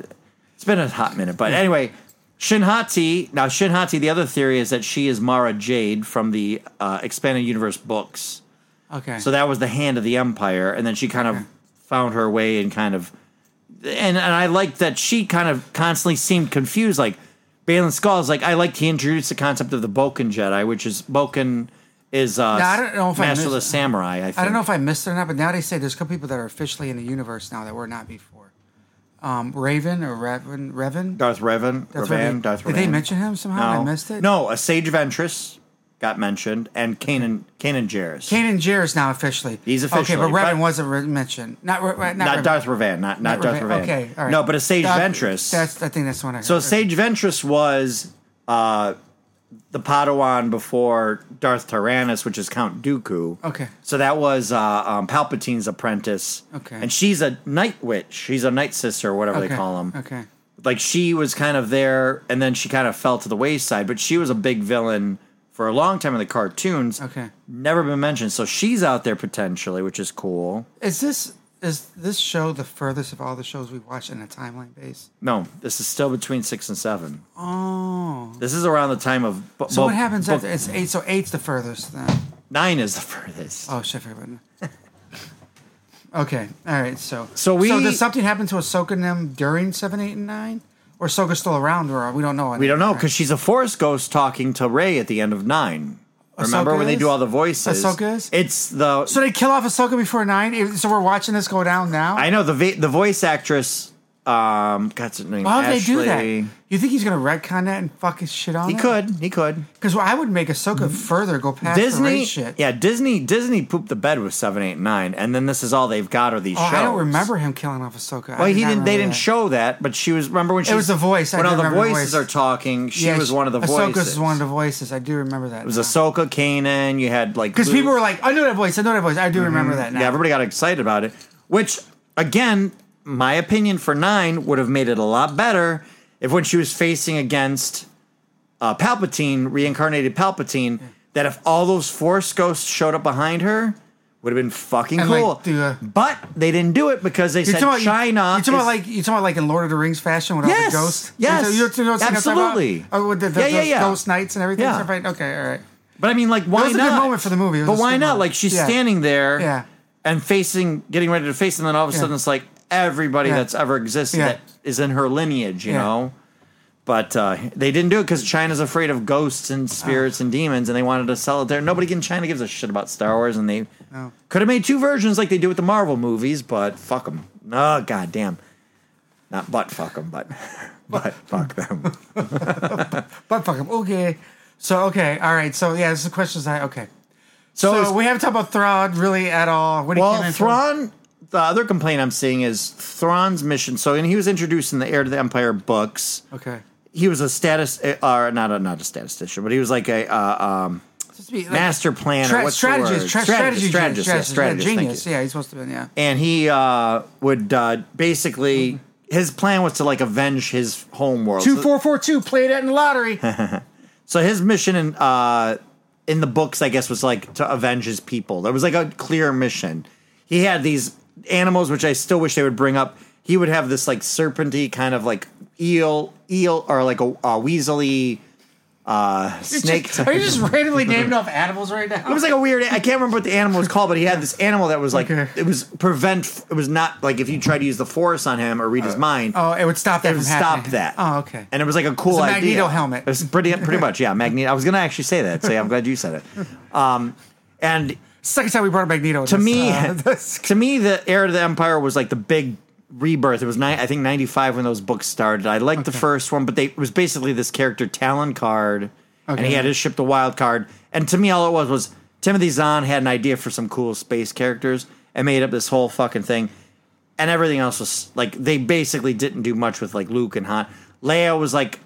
It's been a hot minute, but anyway, Shinhati. Now Shinhati. The other theory is that she is Mara Jade from the uh, expanded universe books. okay. Uh, So that was the hand of the empire, and then she kind of found her way and kind of, and and I liked that she kind of constantly seemed confused. Like Balin Skull is like I liked he introduced the concept of the Boken Jedi, which is Boken is uh, Now, I don't know if I masterless missed- samurai. I, think. I don't know if I missed it or not, but now they say there's a couple people that are officially in the universe now that were not before. um, Raven or Revan, Revan. Darth Revan, Revan, That's what they- Darth Revan. Did they mention him somehow? No. I missed it. No, a Sage Ventress got mentioned, and Kanan Kanan Jarrus. Kanan Jarrus now officially. He's Okay, officially, but Revan but- wasn't re- mentioned. Not Re- Re- not not, Revan. Darth Revan, not not, Darth Revan. Okay, all right. No, but a Sage Darth- Ventress. That's I think that's the one I heard. so Sage Ventress was uh, the Padawan before Darth Tyrannus, which is Count Dooku. Okay. So that was uh, um, Palpatine's apprentice. Okay. And she's a night witch. She's a night sister, or whatever okay. they call them. Okay. like she was kind of there and then she kind of fell to the wayside but she was a big villain for a long time in the cartoons Okay. never been mentioned so she's out there potentially which is cool Is this is this show the furthest of all the shows we watched in a timeline base? no this is still between six and seven Um, Oh. this is around the time of bu- So bu- what happens bu- after it's eight? So eight's the furthest then. nine is the furthest Oh shit! I forgot about that. okay. All right. So So we- so does something happen to Ahsoka and them during seven, eight, and nine, or Ahsoka's still around, or we don't know. we don't know right? because she's a forest ghost talking to ray at the end of nine remember Ahsoka when they is? do all the voices Ahsoka is? it's the So they kill off Ahsoka before nine. If- So we're watching this go down now. i know the va- the voice actress um got her name Why would they do that? Ashley- You think he's gonna retcon that and fuck his shit on? he could he could Because I would make Ahsoka further go past Disney. The Disney, Rey shit. yeah, Disney, Disney pooped the bed with seven, eight, nine, and then this is all they've got are these Oh, shows. I don't remember him killing off Ahsoka. I Well, he not didn't. They remember didn't that. show that, but she was. Remember when she was the voice. I When do all the remember the voices voice. are talking, she Yeah, was one of the Ahsoka's voices. was one of the voices. I do remember that. It It was Ahsoka, Kanan. You had like because Luke. Mm-hmm. people were like, "I know that voice. I know that voice. I do remember that." Now. Yeah, everybody got excited about it. Which, again, my opinion for nine would have made it a lot better if when she was facing against uh, Palpatine, reincarnated Palpatine, that if all those Force ghosts showed up behind her, would have been fucking And, like, cool. do a- but they didn't do it because they said talking about- China. You're talking about is- like you're talking about like in Lord of the Rings fashion with Yes, all the ghosts. yes, you know, you know what I'm talking about? absolutely. Oh, with the, the, Yeah, yeah, those yeah. ghost knights and everything. Yeah. So, right, Okay, all right. But I mean, like, why was a good not? moment for the movie. It was But a why good not? moment. Like, she's Yeah. standing there, Yeah. and facing, getting ready to face, and then all of a Yeah. sudden it's like everybody Yeah. that's ever existed Yeah. that is in her lineage, you Yeah. know. But uh, they didn't do it because China's afraid of ghosts and Ah. spirits and demons, and they wanted to sell it there. Nobody in China gives a shit about Star Wars, and they No. could have made two versions like they do with the Marvel movies, but fuck them. Oh goddamn, not but fuck them, but but fuck them. But fuck him. Okay. So okay, all right. So yeah, this is the questions I okay. So, So it's- we haven't talked about Thrawn really at all. What do you Well, Thrawn. The other complaint I'm seeing is Thrawn's mission. So, and he was introduced in the Heir to the Empire books. Okay. He was a status, uh, or not a not a statistician, but he was like a uh, um, Just be, like, master planner, tra- what's the strategist, word? tra- Strategist, strategist, strategist, yeah, strategist, yeah, thank genius. you. Yeah, he's supposed to be. Yeah. and he uh, would uh, basically Mm-hmm. his plan was to like avenge his home world. Two So- four four two. Play that in the lottery. So his mission in uh in the books, I guess, was like to avenge his people. There was like a clear mission. He had these animals, which I still wish they would bring up. He would have this like serpenty kind of like eel, eel, or like a, a weaselly uh, snake. Just- are you just randomly naming off animals right now? It was like a weird. I can't remember what the animal was called, but he had this animal that was like Okay. it was prevent. It was not like if you tried to use the force on him or read his mind. oh, it would stop that It from would stop happening. that. Oh, okay. And it was like a cool It's a idea. Magneto helmet. It's pretty pretty much yeah. Magneto. I was gonna actually say that. So yeah, I'm glad you said it. Um, and Second time we brought up Magneto. uh, to me, this, to me, the Heir to the Empire was like the big rebirth. It was ni- I think 95 when those books started. I liked the Okay. first one, but they it was basically this character Talon card, and he Okay. had his ship the Wild card. And to me, all it was was Timothy Zahn had an idea for some cool space characters and made up this whole fucking thing. And everything else was like they basically didn't do much with like Luke and Han. Leia was like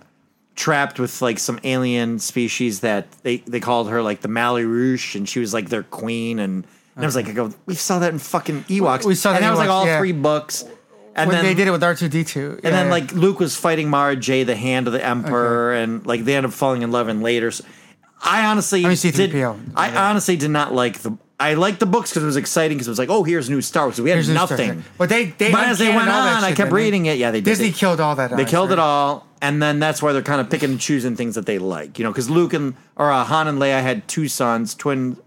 trapped with like some alien species that they they called her like the Mali Rouge, and she was like their queen. And, and I was like, I go, we saw that in fucking Ewoks. We saw that and that was like Ewoks, all yeah. three books. And when then they did it with R two D two, and then like Luke was fighting Mara Jade, the hand of the Emperor, and like they end up falling in love. And later, so- I honestly mean, did, C-3PO. I honestly did not like the. I liked the books because it was exciting because it was like, oh, here's new Star Wars. We had Here's new Star Trek. nothing, But they- they but as they uncannoned went all that on, I shit, kept didn't they? reading it. Yeah, they did. Disney They- killed all that. they killed it all, and then that's why they're kind of picking and choosing things that they like, you know. Because Luke and or uh, Han and Leia had two sons, twin. Were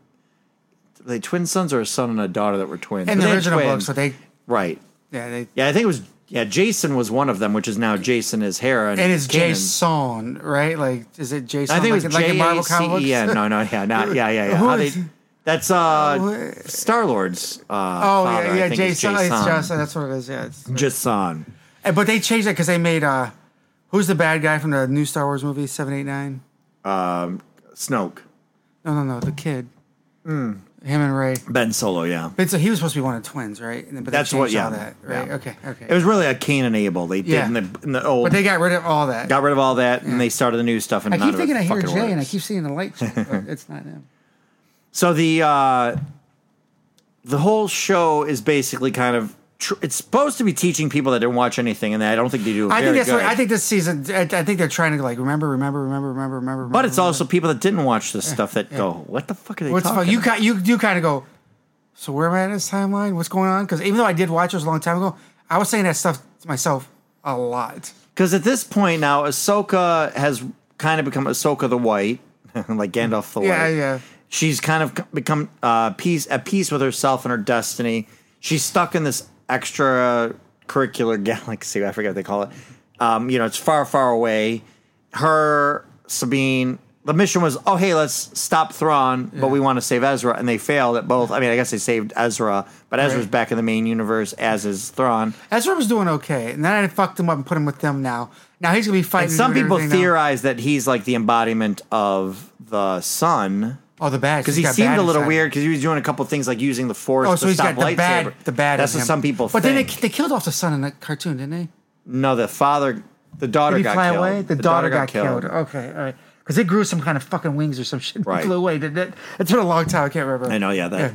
they twin sons or a son and a daughter that were twins in But the they had original twins. books. But they, right? yeah, they. Yeah, I think it was. Yeah, Jason was one of them, which is now Jason is Hera. And It is Kanan. Jason, right? Like, is it Jason? I think like, it was like in Marvel comic books. J-A-C-E-N. E No, no, yeah, not, yeah, yeah, yeah. Who How they- is- that's uh, Star Lord's. Uh, Oh father, yeah, yeah, I think is Jason. It's Jason. Jason. That's what it is. Yeah, it's, Jason. Eh, But they changed that because they made uh, who's the bad guy from the new Star Wars movie seven eight nine? Snoke, No, no, no, the kid. Hmm. Him and Ray. Ben Solo, yeah. But so he was supposed to be one of the twins, right? And then- But they That's what- changed all yeah, that, right? yeah. Okay, okay. It was really a Cain and Abel. They Yeah. did in the, in the old. but they got rid of all that. got rid of all that and they started the new stuff. And I none keep of thinking it I hear fucking Jay, and I works. keep seeing the lights. but it's not him. So the uh, the whole show is basically kind of tr- it's supposed to be teaching people that didn't watch anything, and I don't think they do. I very think that's good. what I think this season. I, I think they're trying to like remember, remember, remember, remember, remember. But it's remember. also people that didn't watch this stuff that go, "What the fuck are they what's the talking?" fuck? You about? ki- you do kind of go. So where am I at in this timeline? What's going on? Because even though I did watch this a long time ago, I was saying that stuff to myself a lot. Because at this point now, Ahsoka has kind of become Ahsoka the White, like Gandalf the Yeah, White. yeah. She's kind of c- become uh, peace at peace with herself and her destiny. She's stuck in this extra curricular galaxy. I forget what they call it. Um, you know, it's far, far away. Her Sabine. The mission was, oh hey, let's stop Thrawn, but we want to save Ezra, and they failed at both. I mean, I guess they saved Ezra, but Ezra's Right. back in the main universe, as is Thrawn. Ezra was doing okay, and then I fucked him up and put him with them. Now, now he's gonna be fighting. And some people everything now. theorize that he's like the embodiment of the sun Oh, the badge. because he seemed a little weird because he was doing a couple things like using the force. Oh, to so he's stop got the lightsaber. bad, the bad. That's in what him. some people But think. then they, they killed off the son in the cartoon, didn't they? no, the father, the daughter Did he got fly killed. away? The, daughter, got, killed. Okay, all right. Because it grew some kind of fucking wings or some shit. and Right. Flew away. Didn't it? It's been a long time. I can't remember. I know, yeah, that.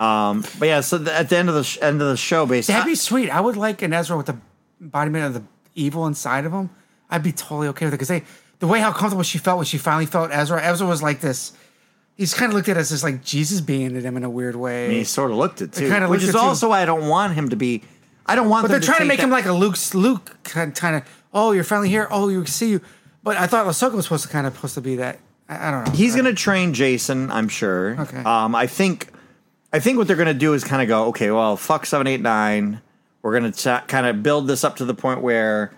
Um, but yeah, so the, at the end of the sh- end of the show, basically, That'd be sweet. I would like an Ezra with the embodiment of the evil inside of him. I'd be totally okay with it because they, the way how comfortable she felt when she finally felt Ezra. Ezra was like this. He's kind of looked at us as like Jesus being at him in a weird way. he sort of looked it too, kinda which looked is it, too. also why I don't want him to be. I don't want. But they're them trying to take make him that- like a Luke Luke kind of. Oh, you're finally here. Oh, you see you. But I thought Ahsoka was supposed to kind of supposed to be that. I, I don't know. He's going to train Jason, I'm sure. Okay. Um, I think, I think what they're going to do is kind of go, okay, well, fuck seven, eight, nine. We're going to t- kind of build this up to the point where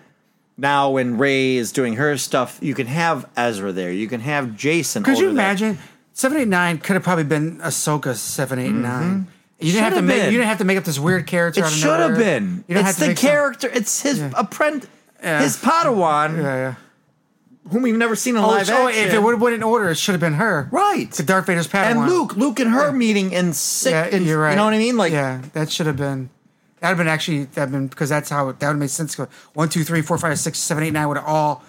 now, when Ray is doing her stuff, you can have Ezra there. You can have Jason. Could you over there. imagine? Seven eight nine could have probably been Ahsoka seven eight nine. You Should didn't have to have make. Mm-hmm. been. You didn't have to make up this weird character. It out of should have nowhere. been. You don't It's have to the make some- character. It's his apprentice, Yeah. his Padawan, Yeah, yeah. whom we've never seen in Oh, live so action. if it would have went in order, it should have been her. right. To Darth Vader's Padawan. and Luke, Luke and her meeting in sick. Yeah, in- you're right. You know what I mean? Like, yeah, that should have been. That would have been actually that have been because that's how it, that would have made sense. One, two, three, four, five, six, seven, eight, nine would have all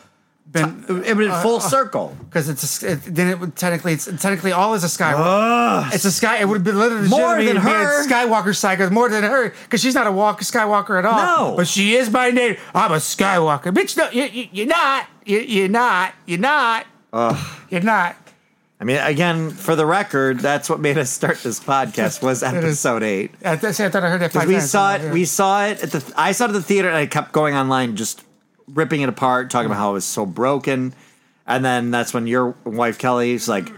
been it would have been uh, full circle. because it's a, it, then it would technically it's technically all is a Skywalker. Ugh. it's a sky. It would have been literally More legitimately than be a her. Skywalker saga. More than her because she's not a walk Skywalker at all. No. but she is by name. I'm a Skywalker, bitch. No, you, you, you're not. You, you're not. You're not. You're not. I mean, again, for the record, that's what made us start this podcast was episode eight. I, th- see, I thought I heard that five We times. saw it. Yeah. We saw it at the. I saw it at the theater, and I kept going online, just ripping it apart, talking Mm. about how it was so broken. And then that's when your wife Kelly's like,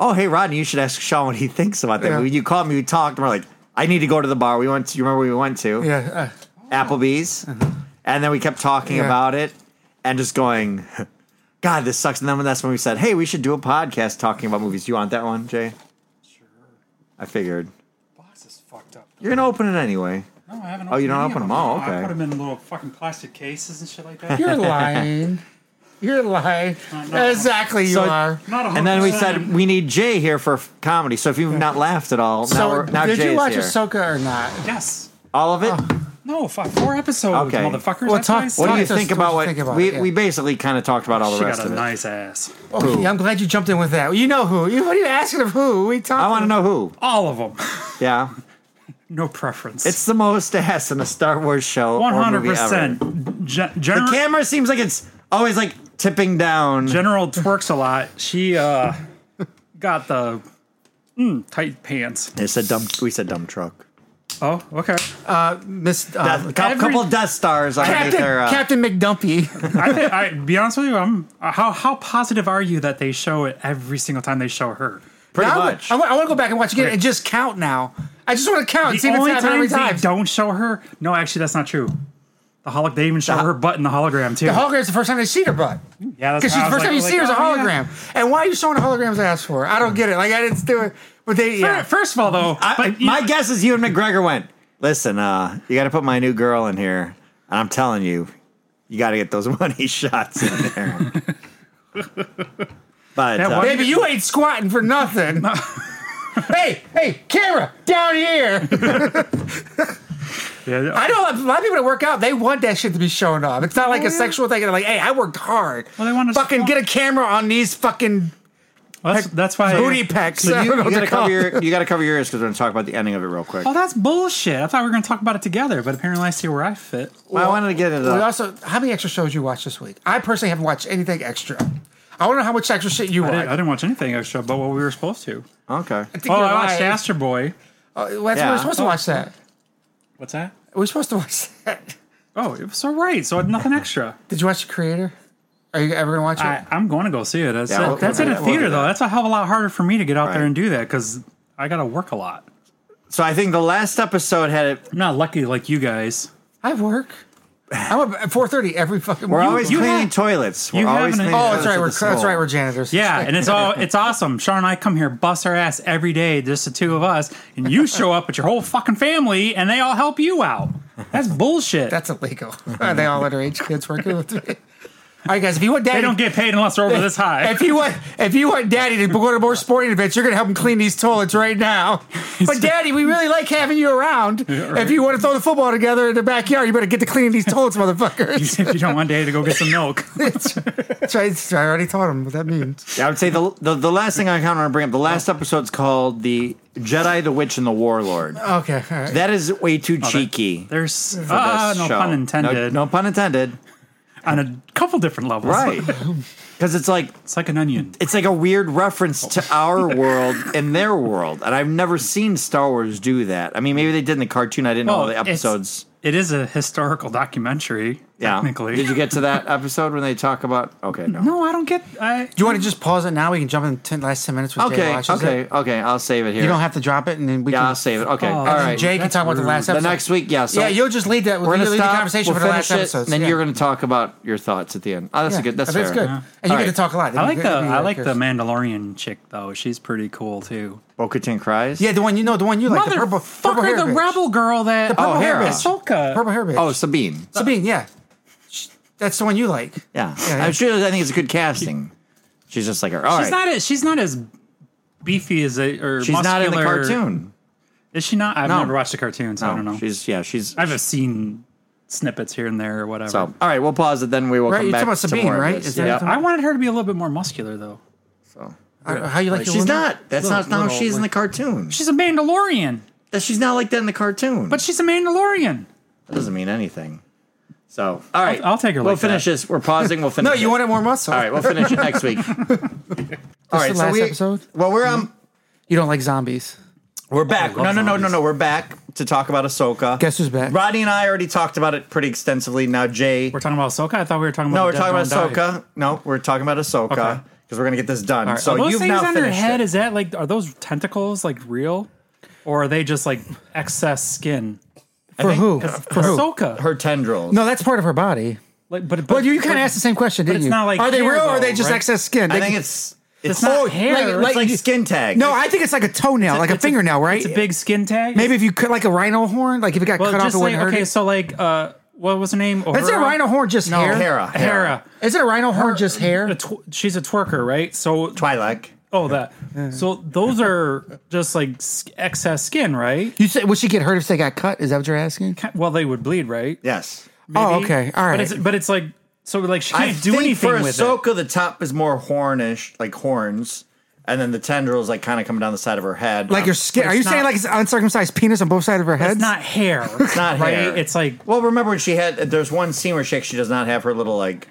"Oh, hey, Rodney, you should ask Sean what he thinks about that." Yeah. You called me, we talked, and we're like, "I need to go to the bar. We went. To, you remember we went to Yeah. uh, Applebee's?" And then we kept talking Uh-huh. Yeah. about it and just going. God, this sucks. And then when that's when we said, "Hey, we should do a podcast talking about movies." You want that one, Jay? I figured. box is fucked up. You're gonna open it anyway. No, I haven't. Oh, you don't any open of them all? No, I Okay. put them in little fucking plastic cases and shit like that. You're lying. You're lying. Not- not- exactly, you So- are. Not a And then we 100%. said we need Jay here for f- comedy. So if you've not laughed at all, now, So, we're, now did Jay's you watch Oh, here. Ahsoka or not? yes. all of it. No, fuck, four episodes, Okay. motherfuckers. Well, That's talk- why I said- what do you Talk to us, think what about you what think about we it, yeah. we basically kind of talked about all the She rest got a of it? nice ass. Okay, Oh, I'm glad you jumped in with that. You know who. You, what are you asking of who? We talking. I want to know who. All of them. Yeah, No preference. it's the most ass in a Star Wars show. one or hundred movie ever. percent. The camera seems like it's always like tipping down. General twerks a lot. She uh, got the mm, tight pants. It's a dumb. We said dumb truck. Oh, okay. Miss uh, A cou- every- couple Death Stars underneath Captain, their. Uh, Captain McDumpy. I think, I be honest with you. I'm uh, how how positive are you that they show it every single time they show her? pretty Now, much. I, want, I want to go back and watch again Okay. and just count now. I just want to count. and The see if it's only happened every times time. they don't show her. No, actually, that's not true. The hologram. They even show her butt in the hologram too. The hologram's the first time they see her butt. yeah, that's Because she's why I the was first time you like- see her is a like, oh, yeah. hologram. And why are you showing a hologram's ass for? I don't get it. Like I didn't do it. But they yeah. First of all, though, I, but you- my guess is you and McGregor went. Listen, uh, you got to put my new girl in here. And I'm telling you, you got to get those money shots in there. but That uh, one- Baby, you ain't squatting for nothing. hey, hey, camera down here. Yeah, I know a lot of people that work out, they want that shit to be shown off. It's not like a Oh, yeah. sexual thing. They're like, hey, I worked hard. Well, they want us to fucking get a camera on these fucking that's, that's why. booty pecs. so I you, don't know you what got they're to cover called. your you got to cover your ears because we're going to talk about the ending of it real quick. oh, that's bullshit. I thought we were going to talk about it together, but apparently I see where I fit. Well, I wanted to get into We that. also, how many extra shows you watch this week? I personally haven't watched anything extra. I want to know how much extra shit you I watch. didn't, I didn't watch anything extra but what we were supposed to. Okay. think Oh, you're I watched right. Astro Boy. Oh, that's what Yeah. we're supposed to watch that. What's that? We're supposed to watch that. Oh, it was all right. So I had nothing extra. Did you watch The Creator? Are you ever going to watch it? I, I'm going to go see it. That's, Yeah, we'll- that's we'll in do a that. We'll theater, do though. that. That's a hell of a lot harder for me to get out Right. there and do that because I got to work a lot. So I think the last episode had it. I'm not lucky like you guys. I work. I'm up at 4.30 every fucking We're morning. always you cleaning have- toilets. We're you have always an- cleaning Oh, toilets that's right. at We're the that's school. right. We're janitors. Yeah, and it's all it's awesome. Sean and I come here, bust our ass every day, just the two of us, and you show up with your whole fucking family, and they all help you out. That's bullshit. That's illegal. Are they all underage kids working with me? All right, guys. If you want daddy, they don't get paid unless they're over this high. If you want, if you want daddy to go to more sporting events, you're gonna help him clean these toilets right now. But daddy, we really like having you around. right. If you want to throw the football together in the backyard, you better get to cleaning these toilets, motherfuckers. if you don't want Dave to go get some milk, That's right. I already taught him what that means. Yeah, I would say the the, the last thing I kind of want to bring up. The last episode's called "The Jedi, the Witch, and the Warlord." Okay. All right. That is way too cheeky. there's for ah, this no show. pun intended. No, no pun intended. On a couple different levels, Right. Because it's like It's like an onion. it's like a weird reference to our world and their world, and I've never seen Star Wars do that. I mean, maybe they did in the cartoon. I didn't know all the it's- episodes. It is a historical documentary, Yeah. technically. Did you get to that episode when they talk about? Okay, no. No, I don't get. I Do you want to just pause it now? We can jump in the ten, last ten minutes. With Jay Okay, watches okay, It. okay. I'll save it here. You don't have to drop it, and then we yeah, I'll can. save it. Okay, Oh, all that's right. Jay can That's talk about the rude. last The The episode. next week, yeah. So yeah, you'll just lead that. we're gonna lead stop. the conversation we'll for the last finish it, episode. and then you're gonna talk about your thoughts at the end. Oh, that's a good. That's, fair. good. And you All get to right. talk a lot. I like You the get to be I like the curious. Mandalorian chick though. She's pretty cool too. Bo-Katan cries. Yeah, the one you know, the one you like, the purple, purple hair the bitch. rebel girl that the purple hair bitch. Ahsoka. purple hair bitch. Oh, Sabine. Sabine, yeah, Sh- that's the one you like. Yeah. yeah. I'm sure. I think it's a good casting. She's just like her. All right. She's not as she's not as beefy as a or She's not in the muscular- cartoon. Is she not? I've No. never watched the cartoon, so I don't know. She's yeah. She's I've just seen snippets here and there or whatever. so. All right. We'll pause it. Then we will Right, come you're back. talking about to Sabine, more of right? this. Is that yeah. what I wanted her to be a little bit more muscular though. So. Uh, How you like? your She's woman? not. That's Little- not how little, she is in the like- cartoon. She's a Mandalorian, That she's not like that in the cartoon. but she's a Mandalorian. that doesn't mean anything. So all right. I'll take her We'll like finish that. this. We're pausing. We'll finish. No, you it. wanted more muscle. All right, we'll finish it next week. All right, the last episode? Well, we're um, You don't like zombies. we're back. love No, no, no, no, zombies. no. We're back to talk about Ahsoka. Guess who's back? Rodney and I already talked about it pretty extensively. Now Jay. We're talking about Ahsoka. I thought we were talking about. no, the we're Dead talking about Don't Die. Ahsoka. No, we're talking about Ahsoka because Okay. we're gonna get this done. All right, So are those you've things now on her finished head it. is that like are those tentacles like real, or are they just like excess skin? For who? For who? Ahsoka. her tendrils. No, that's part of her body. Like, but, but, But you, you kind of asked the same question, didn't it's you? not like are they hair, real or are though, they just right? excess skin? I They- think it's It's not hair. like- It's like skin tag. no. I think it's like a toenail, like a It's fingernail, right? It's a big skin tag. Maybe if you cut like a rhino horn, like if it got Well, cut off, just it like wouldn't hurt. okay, it. so like uh, what was her name? Is it a rhino horn just hair? Hera. Hera. Is it a rhino horn just A hair? tw- she's a twerker, right? So Twi'lek. oh that. So those are just like s- excess skin, right? You said would she get hurt if they got cut? Is that what you're asking? Well, they would bleed, right? Yes. Oh, Maybe. okay, all right. But it's, but it's like so like she I can't do think anything for with it. Ahsoka, the top is more hornish, like horns, and then the tendrils like kind of coming down the side of her head. like Um, your skin? but Are you it's saying not- like it's uncircumcised penis on both sides of her head? It's not hair. It's not right? hair. It's like Well, remember when she had? There's one scene where she actually does not have her little like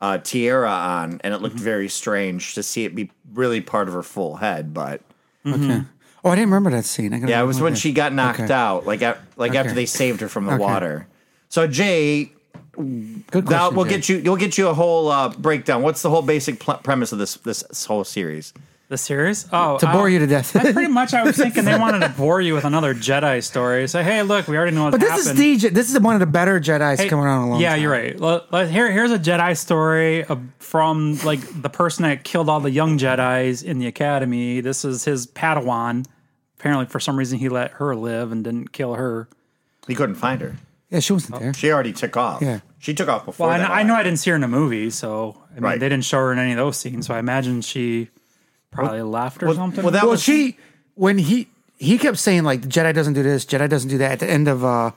uh, tiara on, and it looked Mm-hmm. very strange to see it be really part of her full head. But Oh, I didn't remember that scene. I gotta yeah, it was remember when that. she got knocked Okay. out, like at, like after Okay. they saved her from the Okay. water. So Jay, Good now question. we'll Jay. get you. You'll get you a whole uh, breakdown. What's the whole basic pl- premise of this this whole series? The series? Oh, To I- bore you to death. I pretty much, I was thinking they wanted to bore you with another Jedi story. Say, hey, look, we already know what But this happened. is DJ. This is one of the better Jedi's Hey, coming on a long Yeah, time. you're right. Let, let- here, here's a Jedi story of, from like the person that killed all the young Jedi's in the academy. This is his Padawan. Apparently, for some reason, he let her live and didn't kill her. He couldn't find her. Yeah, she wasn't there. She already took off. Yeah. She took off before. Well, I, that kn- I know I happened. didn't see her in a movie, so I mean, Right. they didn't show her in any of those scenes. So I imagine she probably left or something. well, that well, was- she when he he kept saying like the Jedi doesn't do this, Jedi doesn't do that at the end of uh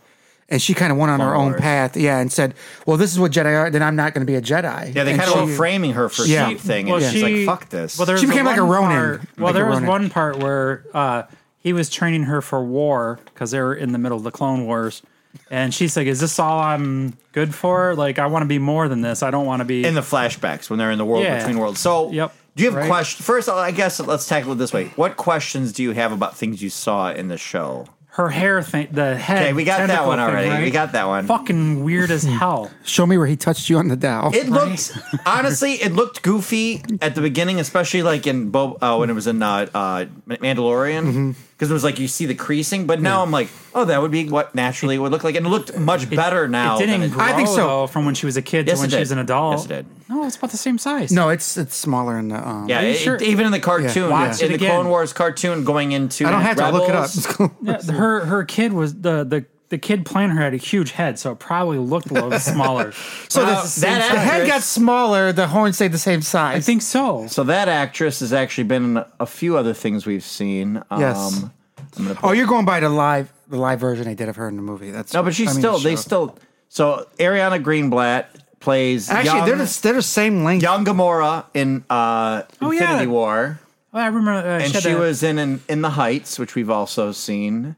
and she kind of went on her own Wars. path, yeah, and said, "Well, this is what Jedi are. Then I'm not going to be a Jedi." Yeah, they And kind of were she- framing her for Yeah. something, well, and she's she- like, "Fuck this." Well, there She was the became like a one Ronin, part- well, like a there was Ronin. one part where uh, he was training her for war because they were in the middle of the Clone Wars, and she's like, "Is this all I'm good for? Like, I want to be more than this. I don't want to be." in the flashbacks when they're in the world Yeah. between worlds. So, Yep. do you have Right. questions? First, I guess let's tackle it this way. What questions do you have about things you saw in the show? her hair thing, the head. Okay, we got that tentacle one thing, already. right? We got that one. Fucking weird as hell. Show me where he touched you on the Dow. It looked honestly, it looked goofy at the beginning, especially like in Bo- uh, when it was in uh, uh, Mandalorian, because it was like you see the creasing. But now I'm like, oh, that would be what naturally it would look like, and it looked much better now. It than didn't grow I think so. though, from when she was a kid Yes, to when it she did. was an adult. Yes, it did. No, it's about the same size. no, it's it's smaller in the. Um, Yeah, you it- sure? it- even in the cartoon, Watch in it the again. Clone Wars cartoon, going into I don't have to look it up. Rebels, Yeah, her her kid was the the the kid playing her had a huge head, so it probably looked a little smaller. so Well, the, that the head actress- got smaller. The horn stayed the same size. I think so. So that actress has actually been in a few other things we've seen. Um, Yes. I'm gonna Oh, you're going by the live the live version they did of her in the movie. That's no, but she's I mean, still. They sure. still. So Ariana Greenblatt plays actually young, they're the, they're the same length. young Gamora in uh, Oh, yeah. Infinity War, I remember uh, and had she a- was in, in in the Heights, which we've also seen,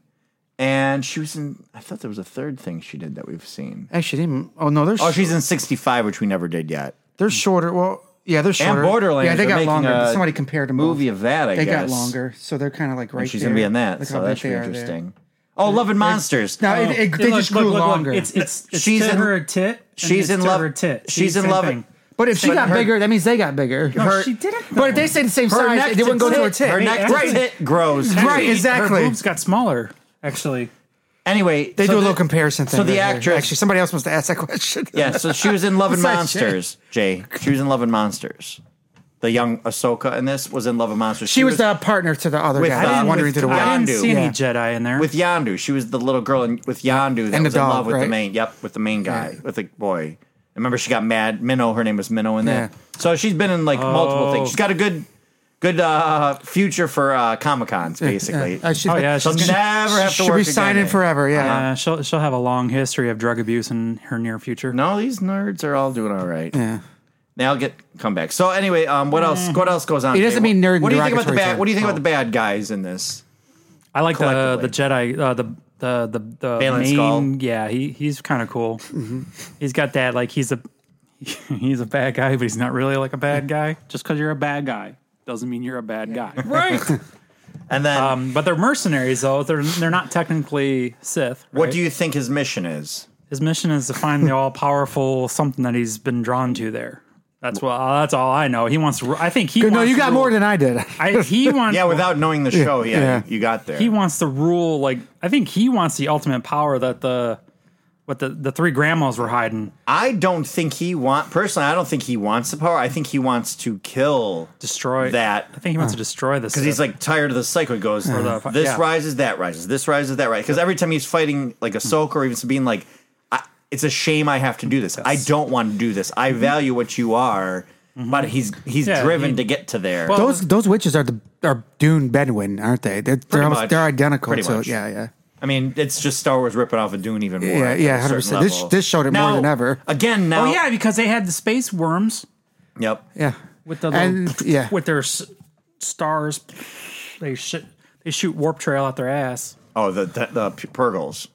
and she was in. I thought there was a third thing she did that we've seen. Actually, didn't. Oh no, they're Oh, sh- she's in 65, which we never did yet. they're shorter. Well, yeah, they're shorter. And Borderlands. Yeah, they they're got making longer. a Somebody compared them. movie both. of that. I They guess got longer, so they're kind of like right. She's there. gonna be in that, Look so how that big should they be are there. interesting. Oh, Love and Monsters. No, it, it, they Oh, Look, just look, grew look, look. longer. It's it's, it's She's to in- her tit. and she's it's in to love- Her tit. she's in same love- thing. but if she but got her- bigger, that means they got bigger. No, her- she didn't. but if they stay the same size, neck they wouldn't to go to a tit- tit. Her neck to right. tit grows. Right, exactly. Her boobs got smaller. Actually, Anyway, They do a little comparison thing. So the right here. actress, actually, somebody else wants to ask that question. yeah. So she was in Love and What's that Monsters, Jay. She was in Love and Monsters. The young Ahsoka in this was in Love and Monsters. She was the partner to the other With, guy. uh, that was wandering with- through the I world. I didn't Yondu. see Yeah. any Jedi in there. with Yandu. She was the little girl in, with Yandu that And the was in dog, love with the right? main. Yep, with the main guy, with the boy. Remember, she got mad. Minnow. Her name was Minnow in that. Yeah. So she's been in like multiple Oh. things. She's got a good, good uh, future for uh, Comic Cons, basically. Uh, she- oh yeah, She'll she's gonna, never have to She'll work be signing again. Uh-huh. forever. Yeah. uh, she'll she'll have a long history of drug abuse in her near future. No, these nerds are all doing all right. Yeah. They'll get come back. So anyway, um, what else? What else goes on? It doesn't today? mean nerd in What do you think about the derogatory Oh. bad? term. What do you think about the bad guys in this? I like the Collectively. the Jedi uh, the the the the Balin main Skull. yeah he he's kind of cool. He's got that like he's a he's a bad guy, but he's not really like a bad guy. Just because you're a bad guy doesn't mean you're a bad guy, right? And then, um, but they're mercenaries though. They're they're not technically Sith. what right? do you think his mission is? His mission is to find the all powerful something that he's been drawn to there. That's what that's all I know. He wants to. ru- I think he. No, wants you to got rule- more than I did. I, he wants. Yeah, without knowing the show, yeah, yeah. you got there. he wants to rule like I think he wants the ultimate power that the what the, the three grandmas were hiding. I don't think he want personally. I don't think he wants the power. I think he wants to kill Destroy That. I think he wants to destroy this. because he's like tired of the cycle. He goes, the- this yeah. rises, that rises, this rises, that rises. Because every time he's fighting like Ahsoka or even Sabine, like I, it's a shame I have to do this. I don't want to do this. Mm-hmm. I value what you are, but he's he's Yeah, driven he- to get to there. Well, Those those witches are the are Dune Bedouin, aren't they? They're they're, almost, much. they're identical. Pretty so much. yeah, yeah. I mean, it's just Star Wars ripping off of Dune even more. Yeah, at yeah, a certain 100%. This- level. this showed it more Now- than ever. Again, now, oh yeah, because they had the space worms yep, Yeah. with the and little- yeah. with their s- stars. They shit. They shoot warp trail out their ass. Oh, the the, the p- Purgles.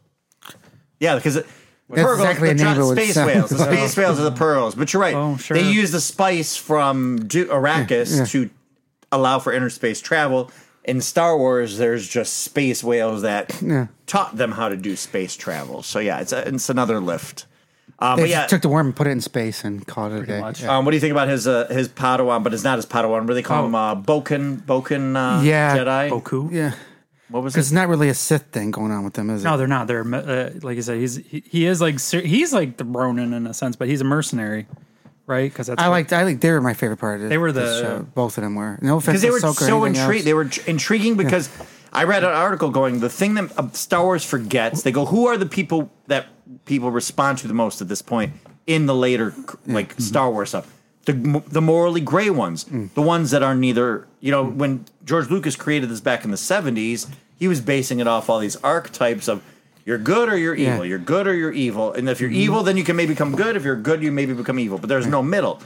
Yeah, because it, Purgles, exactly the a name giant it would space sound whales. The like. space whales are the Purgles. But you're right. Oh, sure. They use the spice from du- Arrakis to allow for interspace travel. In Star Wars, there's just space whales that taught them how to do space travel. So yeah, it's a, it's another lift. Um, they but yeah, just took the worm and put it in space and called it a day. much. Yeah. um, what do you think about his uh, his Padawan? But it's not his Padawan. What do they call Oh. him? Uh, Boken Boken. Uh, Yeah. Jedi. Boku. Yeah. What was 'Cause his it's not really a Sith thing going on with them, is it? No, they're not. They're uh, like you said. He's he, he is like ser- he's like the Ronin in a sense, but he's a mercenary, right? Because that's I what- liked. I like. They were my favorite part. Of They were this the- show. both of them were. No because offense. they to were Ahsoka or so anything else. intrigued. They were tr- intriguing because I read an article going the thing that uh, Star Wars forgets. They go, who are the people that people respond to the most at this point in the later like Mm-hmm. Star Wars stuff? The the morally gray ones, Mm. the ones that are neither. You know, when George Lucas created this back in the seventies, he was basing it off all these archetypes of. You're good or you're Yeah. Mm-hmm. evil. You're good or you're evil. And if you're evil, then you can maybe become good. If you're good, you maybe become evil. But there's no middle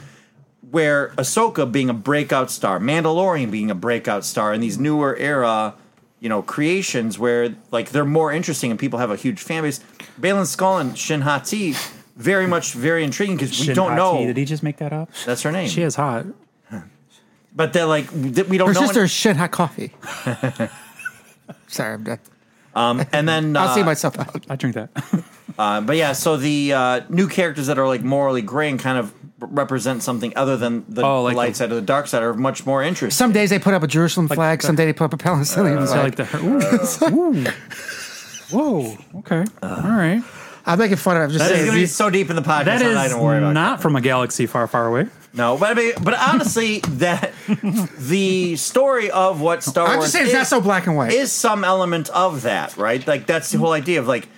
where Ahsoka being a breakout star, Mandalorian being a breakout star, and these newer era, you know, creations where like they're more interesting and people have a huge fan base. Balin Skull and Shin Hati, very much very intriguing because we Shin don't Hati, know Did he just make that up? that's her name. She is hot. But they're like th- we don't Her know. sister is shit hot coffee. Sorry, I'm done. um, and then I'll uh, see myself out. I drink that. Uh, but yeah, so the uh, new characters that are like morally gray and kind of represent something other than the Oh, like light the- side or the dark side are much more interesting. Some days they put up a Jerusalem flag. some day they put up a Palestinian so flag. like the ooh, ooh. whoa. Okay. All right. I'm making fun of. It. I'm just That is saying. going to be so deep in the podcast. That I'm not is even worried about it. not from a galaxy far, far away. No, but I mean, but honestly, that the story of what Star I'm Wars just saying it's is, not so black and white. is some element of that, right? Like that's the whole idea of like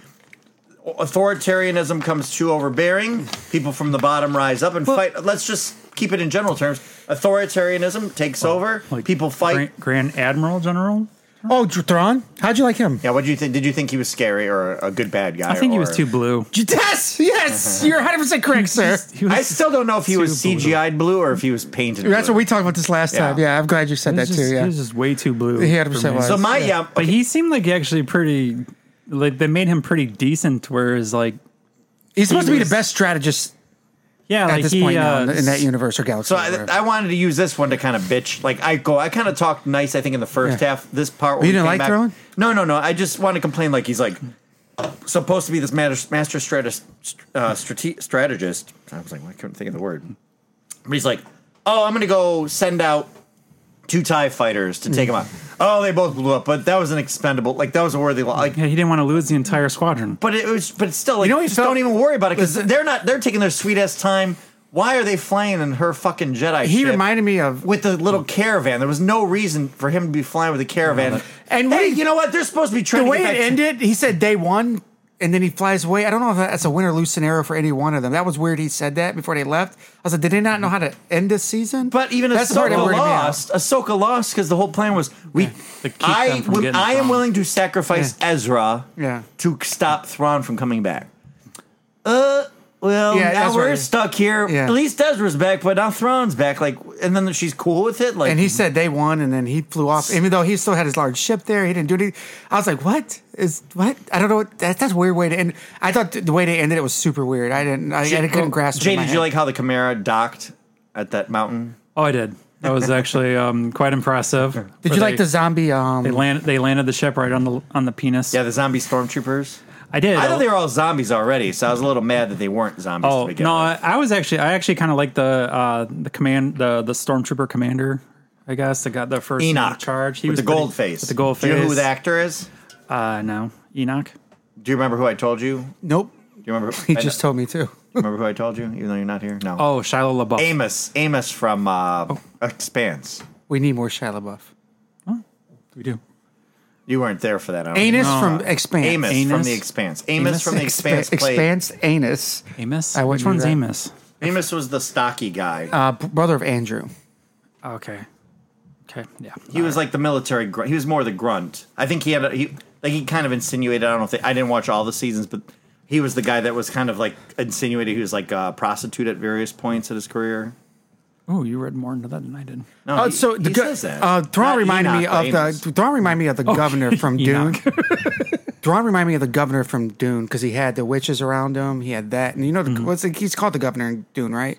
authoritarianism comes too overbearing. People from the bottom rise up and fight. Let's just keep it in general terms. Authoritarianism takes over. Oh, Like People fight. Grand, Grand Admiral General. oh, Thrawn? How'd you like him? Yeah, what do you think? Did you think he was scary or a good bad guy? I think he was or- too blue. Yes, yes, you're 100 percent correct, sir. He was I still don't know if he too was blue. CGI'd blue or if he was painted. That's blue. what we talked about this last Yeah. time. Yeah, I'm glad you said He that was just- too. He Yeah, was just way too blue. He 100% for me. was. So my yeah, But he seemed like actually pretty, like they made him pretty decent. Whereas like, he's supposed to be was- the best strategist yeah, at like this he, point now uh, in, in that universe or galaxy. So or whatever. I, I wanted to use this one to kind of bitch. Like I go, I kind of talked nice. I think in the first Yeah. Oh, half, this part. Where we You didn't came like back- throwing? No, no, no. I just want to complain. Like he's like supposed to be this master, master strategist, uh, strate- strategist. I was like, well, I couldn't think of the word. But he's like, oh, I'm gonna go send out two Tie fighters to Mm. take him out. Oh, they both blew up, but that was an expendable. Like that was a worthy loss. Like, Yeah, he didn't want to lose the entire squadron. but it was, but it's still, like, know what he just felt- don't even worry about it because Listen- they're not. They're taking their sweet ass time. Why are they flying in her fucking Jedi? he ship? reminded me of with the little caravan. There was no reason for him to be flying with a caravan. And And what hey, he- you know what? They're supposed to be trying the way to get it back to- ended. He said day one, and then he flies away. I don't know if that's a win or lose scenario for any one of them. That was weird. He said that before they left. I was like, did they not know how to end this season? But even that's the part that Ahsoka weirded me out. lost. Ahsoka lost because the whole plan was we. to keep them I, from would- getting I am Thrawn. willing to sacrifice Ezra Yeah. to stop Thrawn from coming back. Uh, well, now Yeah, that's we're right. stuck here. Yeah. At least Ezra's back, but now Thrawn's back. Like, and then she's cool with it. Like, And he said they won, and then he flew off. Even though he still had his large ship there, he didn't do anything. I was like, "What is what? I don't know. What, that's that's a weird way to end." I thought th- the way they ended it was super weird. I didn't. I, I couldn't grasp. oh, it Jay, in my did you head. like how the Chimera docked at that mountain? Oh, I did. That was actually um, quite impressive. Did you like the zombie? They Um, landed. They landed the ship right on the on the penis. Yeah, the zombie stormtroopers. I did. I thought they were all zombies already, so I was a little mad that they weren't zombies to Oh begin no, with. I, I was actually I actually kind of like the uh, the command the the stormtrooper commander. I guess that got the first in Enoch charge. with the pretty- gold face. With the gold Do face. you know who the actor is? Uh, no, Enoch. Do you remember who I told you? Do nope. you remember? He I just know- told me too. remember who I told you, even though you're not here. No. Oh, Shiloh LaBeouf. Amos, Amos from uh, Expanse. We need more Shia LaBeouf. We do. You weren't there for that. I don't Anus think. from Expanse. Amos, from Anus? the Expanse. Amos, Amos? from the Expanse. Expanse, played- Expanse anus. Amos. I wouldn't Uh, Which do one's that. Amos? Amos was the stocky guy. Uh, b- brother of Andrew. Okay. Okay. Yeah. he was like the military. Gr- he was more the grunt. I think he had. A, he like he kind of insinuated. I don't know if they, I didn't watch all the seasons, but he was the guy that was kind of like insinuated. He was like a prostitute at various points in his career. Oh, you read more into that than I did. No, Oh, he- so the he go- says that. Uh, Thrawn Not reminded me Enoch, of but Amos. the Thrawn reminded me of the governor from Dune. Enoch. Thrawn reminded me of the governor from Dune because he had the witches around him. He had that, and you know the, what's the, he's called the governor in Dune, right?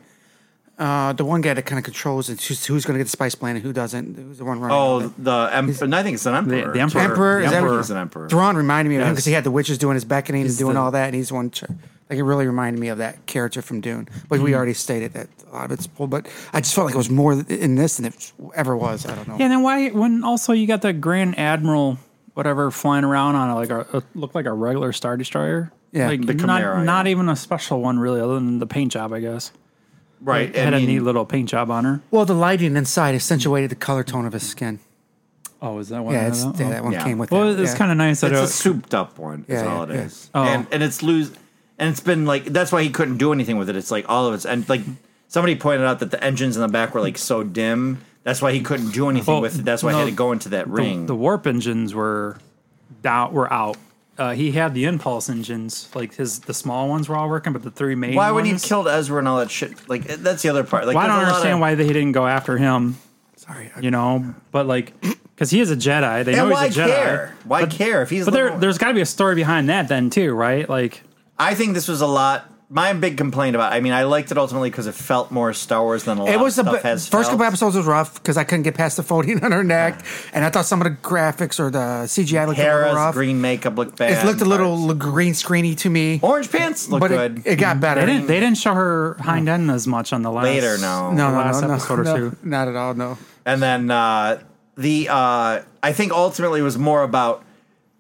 Uh, the one guy that kind of controls and who's, who's going to get the spice planet, who doesn't, who's the one running. Oh, the emperor. I think it's an emperor. the emperor. Emperor, is The that- emperor is an emperor. Thrawn reminded me of him Yes. because he had the witches doing his beckoning and doing the- all that, and he's one. Ch- like it really reminded me of that character from Dune, but Mm-hmm. we already stated that a lot of it's pulled. But I just felt like it was more in this than it ever was. I don't know. Yeah, and then why? When also you got the Grand Admiral, whatever, flying around on a, like a, a looked like a regular Star Destroyer. Yeah, like the not, Chimera, yeah. not even a special one really, other than the paint job, I guess. Right. It had I mean, a neat little paint job on her. Well, the lighting inside accentuated the color tone of his skin. Oh, is that one? Yeah, I it's, don't- yeah oh. that one Yeah. came with Well, that. it's yeah. kind of nice that uh, It's a it, souped up one. Is uh, Yeah, all it is, yeah. Oh. and and it's lose, and it's been like that's why he couldn't do anything with it. It's like all of it's and like somebody pointed out that the engines in the back were like so dim. That's why he couldn't do anything Well, with it. That's why he no, had to go into that the- ring. The, warp engines were out. Were out. Uh, he had the impulse engines, like his the small ones were all working, but the three main. why would he ones- kill Ezra and all that shit? Like eh, that's the other part. Like Well, I there's don't a lot understand of- why they didn't go after him. Sorry. You know, but like, because he is a Jedi. They know And why he's a Jedi. care? Why care if he's? But the there, Lord? there's got to be a story behind that, then too, right? Like, I think this was a lot. My big complaint about. I mean, I liked it ultimately because it felt more Star Wars than a lot It was the of b- stuff has. first couple felt. episodes was rough because I couldn't get past the folding on her neck, and I thought some of the graphics or the CGI looked a little Hera's rough. green makeup looked bad. it looked a little parts. l- green screeny to me, Orange pants looked but good. Mm-hmm. it, it got better. they didn't, they didn't show her hind end as much on the last Later, no. no, the no, last no, no, episode or no, two. not at all. No, And then uh, the uh, I think ultimately it was more about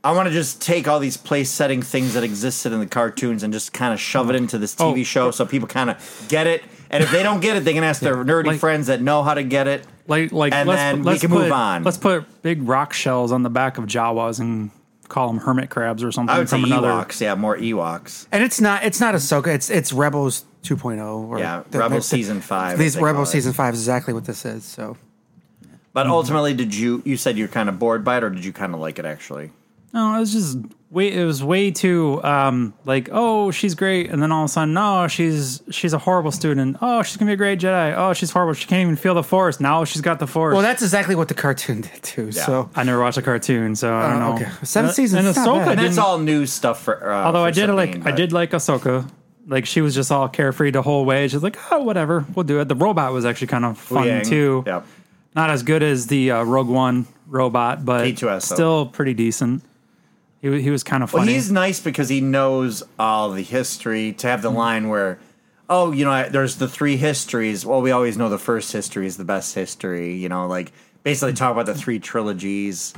I want to just take all these place setting things that existed in the cartoons and just kind of shove it into this TV Oh. show so people kind of get it. And if they don't get it, they can ask their nerdy Like- friends that know how to get it. Like, like, And let's, then we let's can put, move on. Let's put big rock shells on the back of Jawas and call them hermit crabs or something I would say from another. Ewoks, yeah, more Ewoks. and it's not it's not Ahsoka. It's it's Rebels 2.0. Or Yeah, the- Rebels the- season five, These as they call Rebels it. season five is exactly what this is. So Mm-hmm. But ultimately, did you you said you're kind of bored by it, or did you kind of like it actually? No, it was just way. It was way too um, like, oh, she's great, and then all of a sudden, no, she's she's a horrible student. Oh, she's gonna be a great Jedi. Oh, she's horrible. She can't even feel the Force. Now she's got the Force. well, that's exactly what the cartoon did too. So I never watched a cartoon, so I don't Oh, know. okay. Seven And- seasons, And it's not Ahsoka bad. And that's didn't- all new stuff for. Uh, Although for I did like, Sabine, I but- did like Ahsoka. Like she was just all carefree the whole way. She's like, oh, whatever, we'll do it. The robot was actually kind of fun Yang, too. Yep. Not as good as the uh, Rogue One robot, but K2SO. still pretty decent. He wa- he was kind of Well, funny. he's nice because he knows all the history. To have the line where, oh, you know, I, there's the three histories. Well, we always know the first history is the best history. You know, like basically talk about the three trilogies.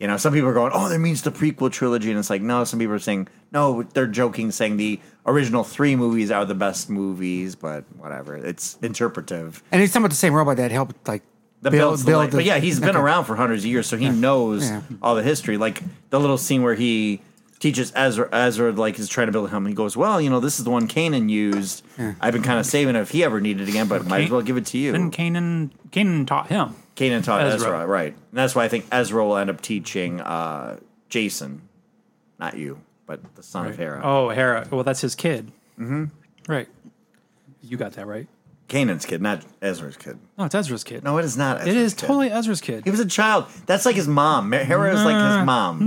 You know, some people are going, oh, that means the prequel trilogy, and it's like, no. Some people are saying, no, they're joking, saying the original three movies are the best movies, but whatever. It's interpretive. and he's talking about the same robot that helped like The builds the light. but yeah, he's been okay. around for hundreds of years, so he knows Yeah. all the history. Like the little scene where he teaches Ezra, Ezra like is trying to build him. He goes, "Well, you know, this is the one Kanan used. I've been kind of saving it if he ever needed it again, but might as well give it to you." Then Kanan Kanan taught him. Kanan taught Ezra, Ezra. right? And that's why I think Ezra will end up teaching uh, Jason, not you, but the son of Hera. Oh, Hera. Well, that's his kid. Mm-hmm. Right. You got that right. Kanan's kid, not Ezra's kid. No, it's Ezra's kid. No, it is not. Ezra's it is kid. totally Ezra's kid. He was a child. That's like his mom. Hera is like his mom.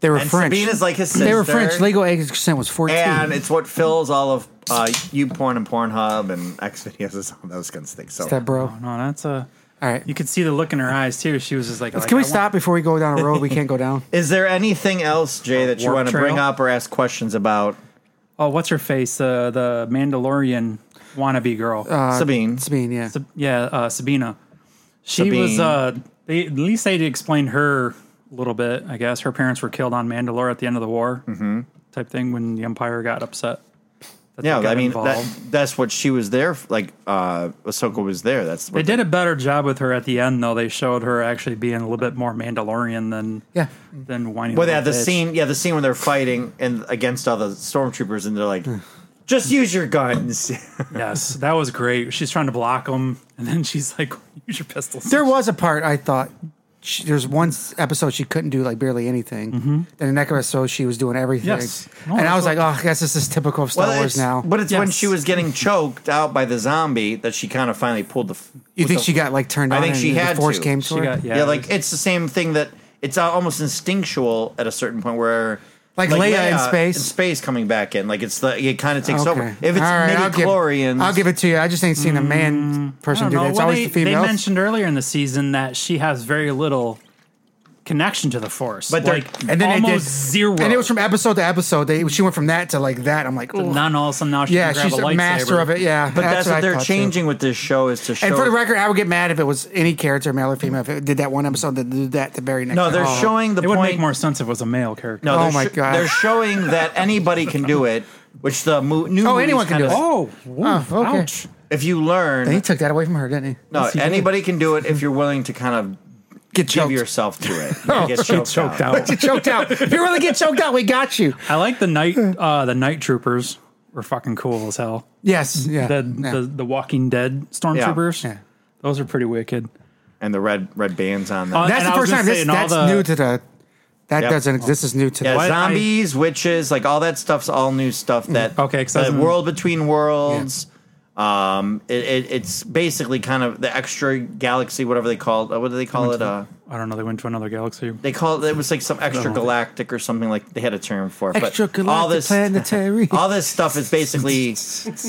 they were And French. Sabine is like his sister. they were French. Legal age consent was fourteen. and it's what fills all of uh, you porn and Pornhub and X videos and all those kinds of things. So that bro. Oh, no, that's a. All right. You could see the look in her eyes too. She was just like, like, Can I we want- stop before we go down a road we can't go down? is there anything else, Jay, that you Uh, Warp want to bring trail? up or ask questions about Oh, what's her face? Uh, the Mandalorian wannabe girl. Uh, Sabine? Sabine, yeah. Sab- yeah, uh, Sabina. She Sabine. was. Uh, they, at least they explained her a little bit. I guess her parents were killed on Mandalore at the end of the war, mm-hmm. type thing when the Empire got upset. that they yeah, got I mean that, involved. that's what she was there. For, like uh, Ahsoka was there. That's they what did a better job with her at the end, though. They showed her actually being a little bit more Mandalorian than Yeah. than whining. Well, yeah, little the bitch. scene, yeah, the scene when they're fighting and against all the stormtroopers, and they're like, "Just use your guns." Yes, that was great. She's trying to block him, and then she's like, "Use your pistols." There was a part I thought she, there's one s- episode she couldn't do like barely anything. Then the next episode she was doing everything. Mm-hmm. Yes. No, and I that's was what- like, oh, I guess this is typical of Star Wars it's, now. But it's when Yes. she was getting choked out by the zombie that she kind of finally pulled the. f- you think the- she got like turned I on think and she the had force to. came to She her? got- Yeah, like it's the same thing that it's al- almost instinctual at a certain point where Like Leia in space? space coming back in. Like it's the it kind of takes over. Okay. If it's All right, I'll midi give- chlorians, I'll give it to you. I just ain't seen Mm, a man person do that. It's Well, always they, the female. They mentioned earlier in the season that she has very little connection to the Force, But they're- like and then almost they did, zero. And it was from episode to episode. They she went from that to like that. I'm like, oh. none. All of a sudden, now she yeah, can grab she's a a, lightsaber. master of it. Yeah, but that's, I what they're thought, too. changing with this show is to show. And for the record, I would get mad if it was any character, male or female, if it did that one episode that did that the very next. no, they're episode. showing the It would point. make more sense if it was a male character. no, Oh they're my sho- God. they're showing that anybody can do it, which the mo- new Oh, anyone movies can do kinda- it. Oh, whoa, Oh, okay. ouch. If you learn, He took that away from her, didn't he? No, Yes, he did. anybody can do it if you're willing to kind of Get Give choked. yourself to it. You get choked, choked out. Get choked out. If you really get choked out, we got you. I like the night uh, the night troopers were fucking cool as hell. Yes. Yeah. The yeah. the, the Walking Dead stormtroopers. Yeah. Those are pretty wicked. And the red red bands on them. Uh, that's and the I was first gonna time. say, This, in all that's the- new to the. That Yep. doesn't exist. This is new to yeah, the. What? zombies, witches, like all that stuff's all new stuff. That Mm, Okay, 'cause I the was in- world between worlds. Um, it, it, it's basically kind of the extra galaxy, whatever they call it. What do they call it? Uh, I don't know. They went to another galaxy. they call it. It was like some extra galactic or something. Like they had a term for it. Extra but all this, planetary. all this stuff is basically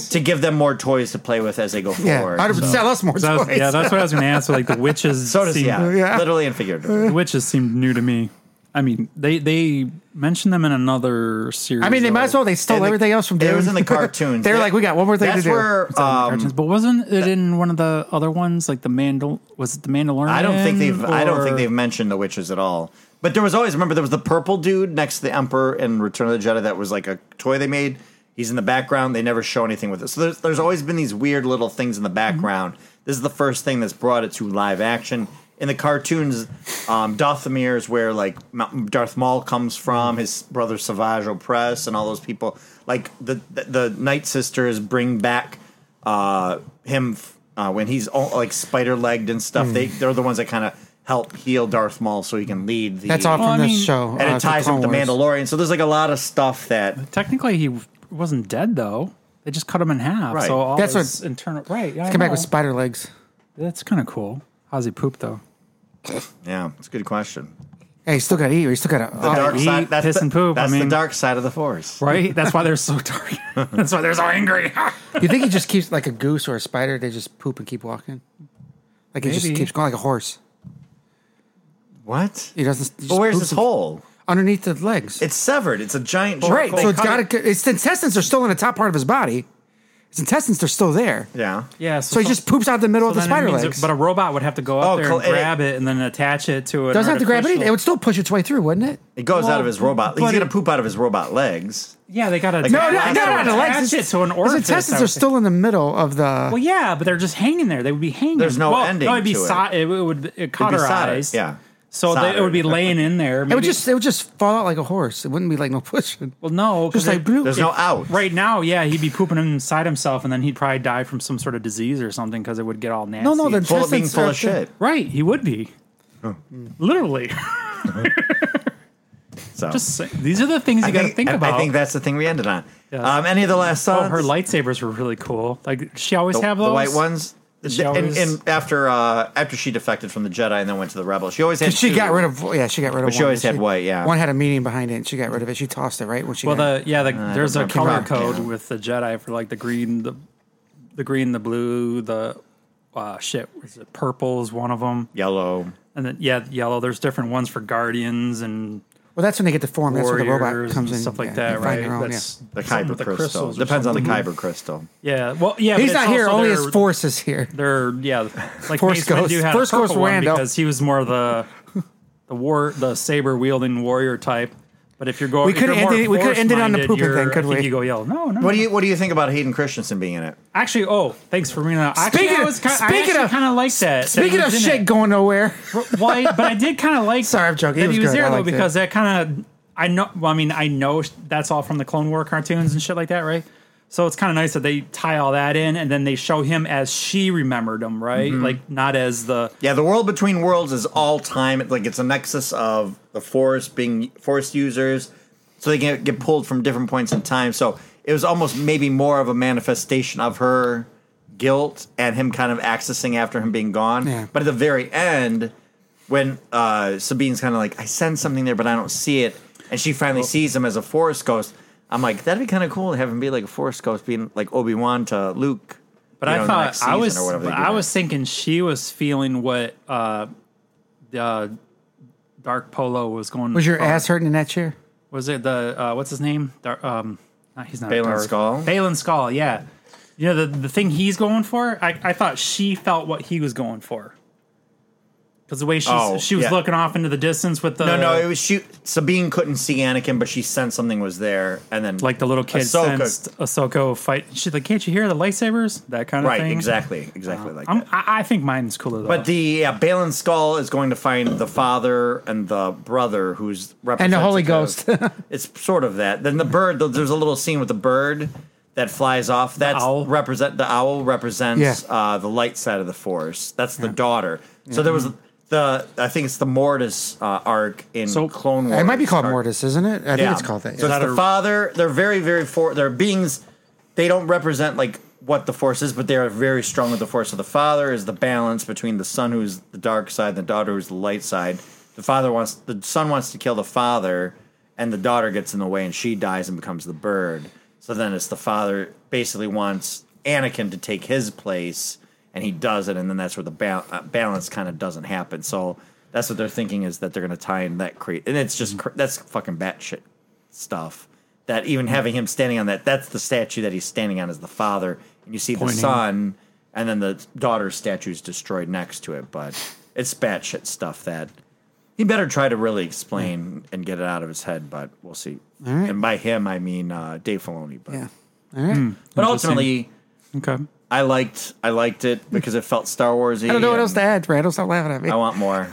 to give them more toys to play with as they go yeah. forward. I'd so. sell us more toys. That was- yeah, that's what I was going to ask. Like the witches. So does seemed, yeah, Yeah. literally and figuratively. The witches seemed new to me. I mean, they they mentioned them in another series. I mean, they might though. as well. They stole And the- everything else from. It was Dune. in the cartoons. They're That- like, we got one more thing to that's do. Where, um, cartoons, but wasn't it in one of the other ones? Like the Mandal was it the Mandalorian? I don't think they've. I don't think or- they've mentioned the witches at all. But there was always remember there was the purple dude next to the emperor in Return of the Jedi that was like a toy they made. He's in the background. They never show anything with it. So there's, there's always been these weird little things in the background. This is the first thing that's brought it to live action. In the cartoons, um, Dathomir is where like Mount- Darth Maul comes from. His brother Savage Opress and all those people. Like the the, the Night Sisters bring back uh, him f- uh, when he's all, like spider legged and stuff. Hmm. They they're the ones that kind of help heal Darth Maul so he can lead. The, That's all Well, from I this mean- show. and uh, it ties in with the Clone Wars. Mandalorian. So there's like a lot of stuff that Technically, he wasn't dead though. They just cut him in half. Right. So all That's that's what- his internal. Right. Yeah, I Come back know. with spider legs. That's kind of cool. How's he poop though? yeah, it's a good question. Hey, you still gotta eat. or You still gotta. The oh, dark eat, side. That's Uh, piss the, and poop, I That's the mean. dark side of the force. Right. That's why they're so dark. that's why they're so angry. oh. you think he just keeps like a goose or a spider? They just poop and keep walking. Like he just Maybe. keeps going like a horse. What? He doesn't. But he just where's poops this and- hole? Underneath the legs. It's severed. It's a giant. right. charcoal So it's cut. got to. Its intestines are still in the top part of his body. His intestines are still there. Yeah. yeah. So he just poops out the middle of the then it spider means- legs. But a robot would have to go up Oh, there cool. and grab it, and then attach it to it. doesn't have to grab anything. It would still push its way through, wouldn't it? It goes Well, out of his robot. He's but gonna it- poop out of his robot legs. Yeah, they got to. No, no, no, no, the Attach it to an His orifice. intestines I would are still in the middle of the. Well, yeah, but they're just hanging there. They would be hanging. There's no well, ending No, it'd be to it. so- it. would it soldered, cauterized. yeah. So they, it would be Soldered. laying in it there. would maybe- just. It would just fall out like a horse. It wouldn't be like no pushing. well, no, 'cause Just like it- blue. There's no out. Right now, yeah, he'd be pooping inside himself, and then he'd probably die from some sort of disease or something because it would get all nasty. No, no, the Full of being intestines full are of shit. right, he would be. Literally, So just say- these are the things you got to think I- about. I think that's the thing we ended on. Um, any of the last songs? oh, her lightsabers were really cool. Like she always have those the white ones. She and, always- and after uh, after she defected from the Jedi and then went to the Rebel, she always had. She two. got rid of. Yeah, she got rid of. But she one. always had white, yeah. One had a meaning behind it, and she got rid of it. She tossed it right when she. Well, got the yeah, the, Uh, there's a remember. color Rock, code yeah. with the Jedi for like the green, the the green, the blue, the uh, shit. Was it purple? Is one of them, yellow. and then yeah, yellow. There's different ones for guardians and well, that's when they get the form. That's where the robot warriors comes and in. stuff like yeah, they that, find right? their own, That's The something kyber with the crystal crystals or depends on the something. kyber crystal. Yeah, well, yeah. yeah, but He's it's not here. also Only their, his force is here. They're yeah, like Force Mace Windu Ghost. had Force a purple Ghost one Randall. because he was more the the war the saber wielding warrior type. But if you're going, We if could you're end more it- we could end it on the force-minded, pooping you're- thing, I could think we? You go yellow. No, no. What do you What do you think about Hayden Christensen being in it? Actually, oh, thanks for bringing that. up. Actually, Speaking I of- was kind, speaking I of- kind of liked that. that Speaking he of was in shit it. going nowhere, well, I, but I did kind of like. Sorry, I'm joking. It That was he was good. I there though liked it. because that kind of I know. Well, I mean, I know sh- that's all from the Clone War cartoons and shit like that, right? So it's kind of nice that they tie all that in, and then they show him as she remembered him, right? Mm-hmm. Like not as the Yeah, the world between worlds is all time. It's Like it's a nexus of the force being force users, so they can get pulled from different points in time. So it was almost maybe more of a manifestation of her guilt and him kind of accessing after him being gone. Yeah. But at the very end, when uh, Sabine's kind of like, I sense something there, but I don't see it, and she finally sees him as a forest ghost. I'm like, that'd be kind of cool to have him be like a forest ghost, being like Obi Wan to Luke. But I thought I was I was thinking she was feeling what uh, the uh, Dark Polo was going. was your for. ass hurting in that chair? Was it the uh, what's his name? Dar- um, not, he's not Balin Darth. Skull? Balin Skull, yeah. You know the the thing he's going for. I I thought she felt what he was going for. because the way she's, Oh, she was yeah. looking off into the distance with the No, no, it was she. Sabine couldn't see Anakin, but she sensed something was there, and then like the little kid Ahsoka- sensed Ahsoka fight. She's like, "Can't you hear the lightsabers?" That kind of right, thing. Oh, exactly, exactly like I'm, that. I, I think mine's cooler though. But the yeah, Balin Skull is going to find the father and the brother who's And the Holy representative. it's sort of that. Then the bird. There's a little scene with the bird that flies off. That's owl? represent the owl represents Yeah. uh, the light side of the force. That's the daughter. So there was the I think it's the Mortis uh, arc in Mm-hmm. So- Clone Wars. It might be called Arc. Mortis, isn't it? I think it's called that. So yeah. it's the father. They're very, very for. They're beings. They don't represent like what the force is, but they are very strong with the force. So the father is the balance between the son, who's the dark side, and the daughter, who's the light side. The father wants the son wants to kill the father, and the daughter gets in the way, and she dies and becomes the bird. So then it's the father basically wants Anakin to take his place, and he does it, and then that's where the ba- uh, balance kind of doesn't happen. So. That's what they're thinking is that they're going to tie in that crate, and it's just cr- that's fucking batshit stuff that even having him standing on that that's the statue that he's standing on is the father and you see the son and then the daughter's statue is destroyed next to it but it's batshit stuff that he better try to really Hmm. explain and get it out of his head but we'll see and by him i mean uh, dave filoni but, yeah. but Interesting. ultimately okay, i liked i liked it because it felt star warsy I don't know what else to and add, Randall. Stop laughing at me. i want more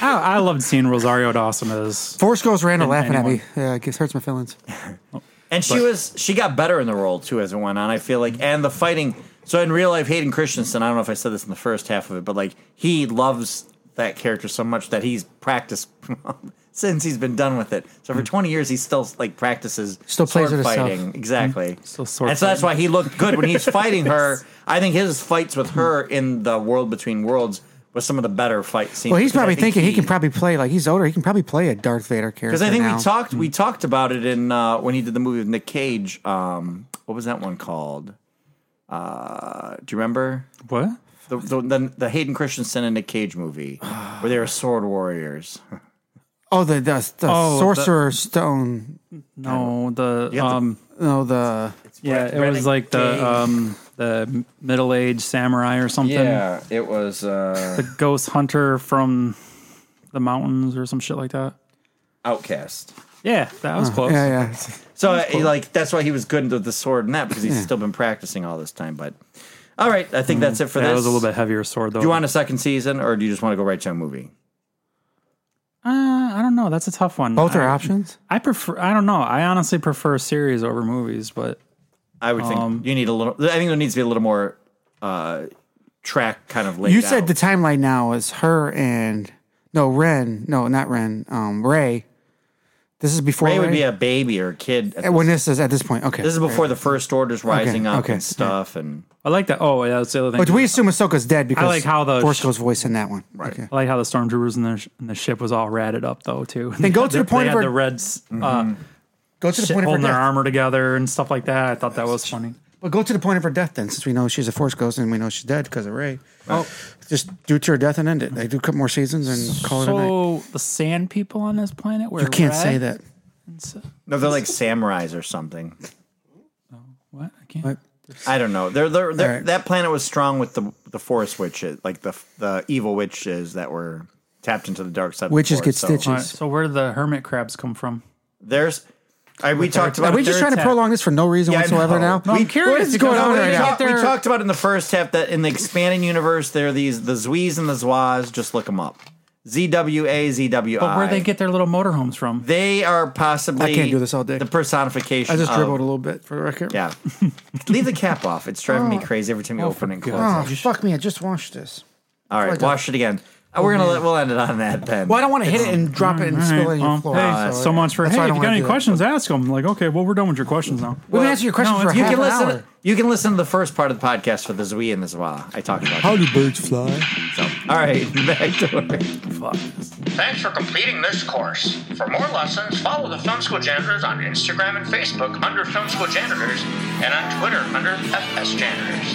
I, I loved seeing Rosario Dawson as Force goes Randall laughing anyone. at me. Yeah, it gets- hurts my feelings. And she was she got better in the role too as it went on. I feel like, and the fighting. So in real life, Hayden Christensen. I don't know if I said this in the first half of it, but like he loves that character so much that he's practiced since he's been done with it. So for twenty years, he still like practices Hmm. Still plays sword with himself. Hmm. fighting exactly. Still sword and so that's why he looked good when he's fighting her. I think his fights with her in the World Between Worlds was some of the better fight scenes. Well, he's because I probably think thinking he, can probably play like he's older. He can probably play a Darth Vader character. because I think now. we talked we talked about it in uh, when he did the movie with Nick Cage. Um, what was that one called? Uh, do you remember what? the, the the the Hayden Christensen and Nick Cage movie where they were sword warriors? Oh, the the, the Oh, the- Sorcerer Stone. No, the have to- um, No, the yeah, it was like the um, the middle aged samurai or something. it was. Uh, the ghost hunter from the mountains or some shit like that. Outcast. Yeah, that was close. Uh-huh. yeah yeah. So uh, like that's why he was good with the sword and that because he's still been practicing all this time. But all right, I think that's it for That this. was a little bit heavier sword though. Do you want a second season or do you just want to go right to a movie? Uh, I don't know. That's a tough one. Both are I, options. I prefer. I don't know. I honestly prefer series over movies, but I would think you need a little. I think there needs to be a little more uh, track kind of laid. You said out. the timeline now is her and no Ren. No, not Ren. Um, Ray. This is before Ray would be Rey? a baby or a kid. At Uh, this, when this is at this point. Okay, this is before the first orders rising up okay, and stuff, and I like that. Oh, yeah, that's the other thing. But we assume Ahsoka's dead because like how the- Force Ghost voice in that one. Right. Okay. I like how the stormtroopers in the, in the ship was all ratted up though too. They go to the had point they of had her- the reds uh, Go to the shit point of her holding death. their armor together and stuff like that. I thought that was funny. Well, go to the point of her death then, since we know she's a Force Ghost and we know she's dead because of Ray. Oh, just do to her death and end it. They do a couple more seasons and call it a night. So the sand people on this planet were You can't red? say that. no, they're like samurais or something. What? I can't. I don't know. They're, they're, they're Alright. that planet was strong with the the forest witches, like the the evil witches that were tapped into the dark side. of the Witches get forest, so- stitches. All right, so where did the hermit crabs come from? There's, I, we talked about. Are we it. just There- trying to attack. prolong this for no reason Yeah, I whatsoever know. now? No, I'm What curious is going because I on wanna right We, get now? talked- we They're- talked about in the first half that in the expanding universe, there are these the Zwees and the Zwas. Just look them up. Z W A Z W I. But where they get their little motorhomes from? They are possibly. I can't do this all day. The personification. I just of- dribbled a little bit for the record. Um, Yeah. Leave the cap off. It's driving me crazy every time you open and close. Oh it. fuck me! I just washed this. All right, wash it again. Uh, we're Oh, gonna let, we'll end it on that then. Well, I don't want to hit it and drop it and spill it on your Um, floor. hey, so much for That's hey. why I don't If you wanna got any do that. questions, ask them. Like, okay, well, we're done with your questions now. We've answered your question no, for it's- you half can an listen. hour. You can listen to the first part of the podcast for the Zui and the Zwa. I talked about. How it. do birds fly? So, all right, back to it. Thanks for completing this course. For more lessons, follow the Film School Janitors on Instagram and Facebook under Film School Janitors and on Twitter under FS Janitors.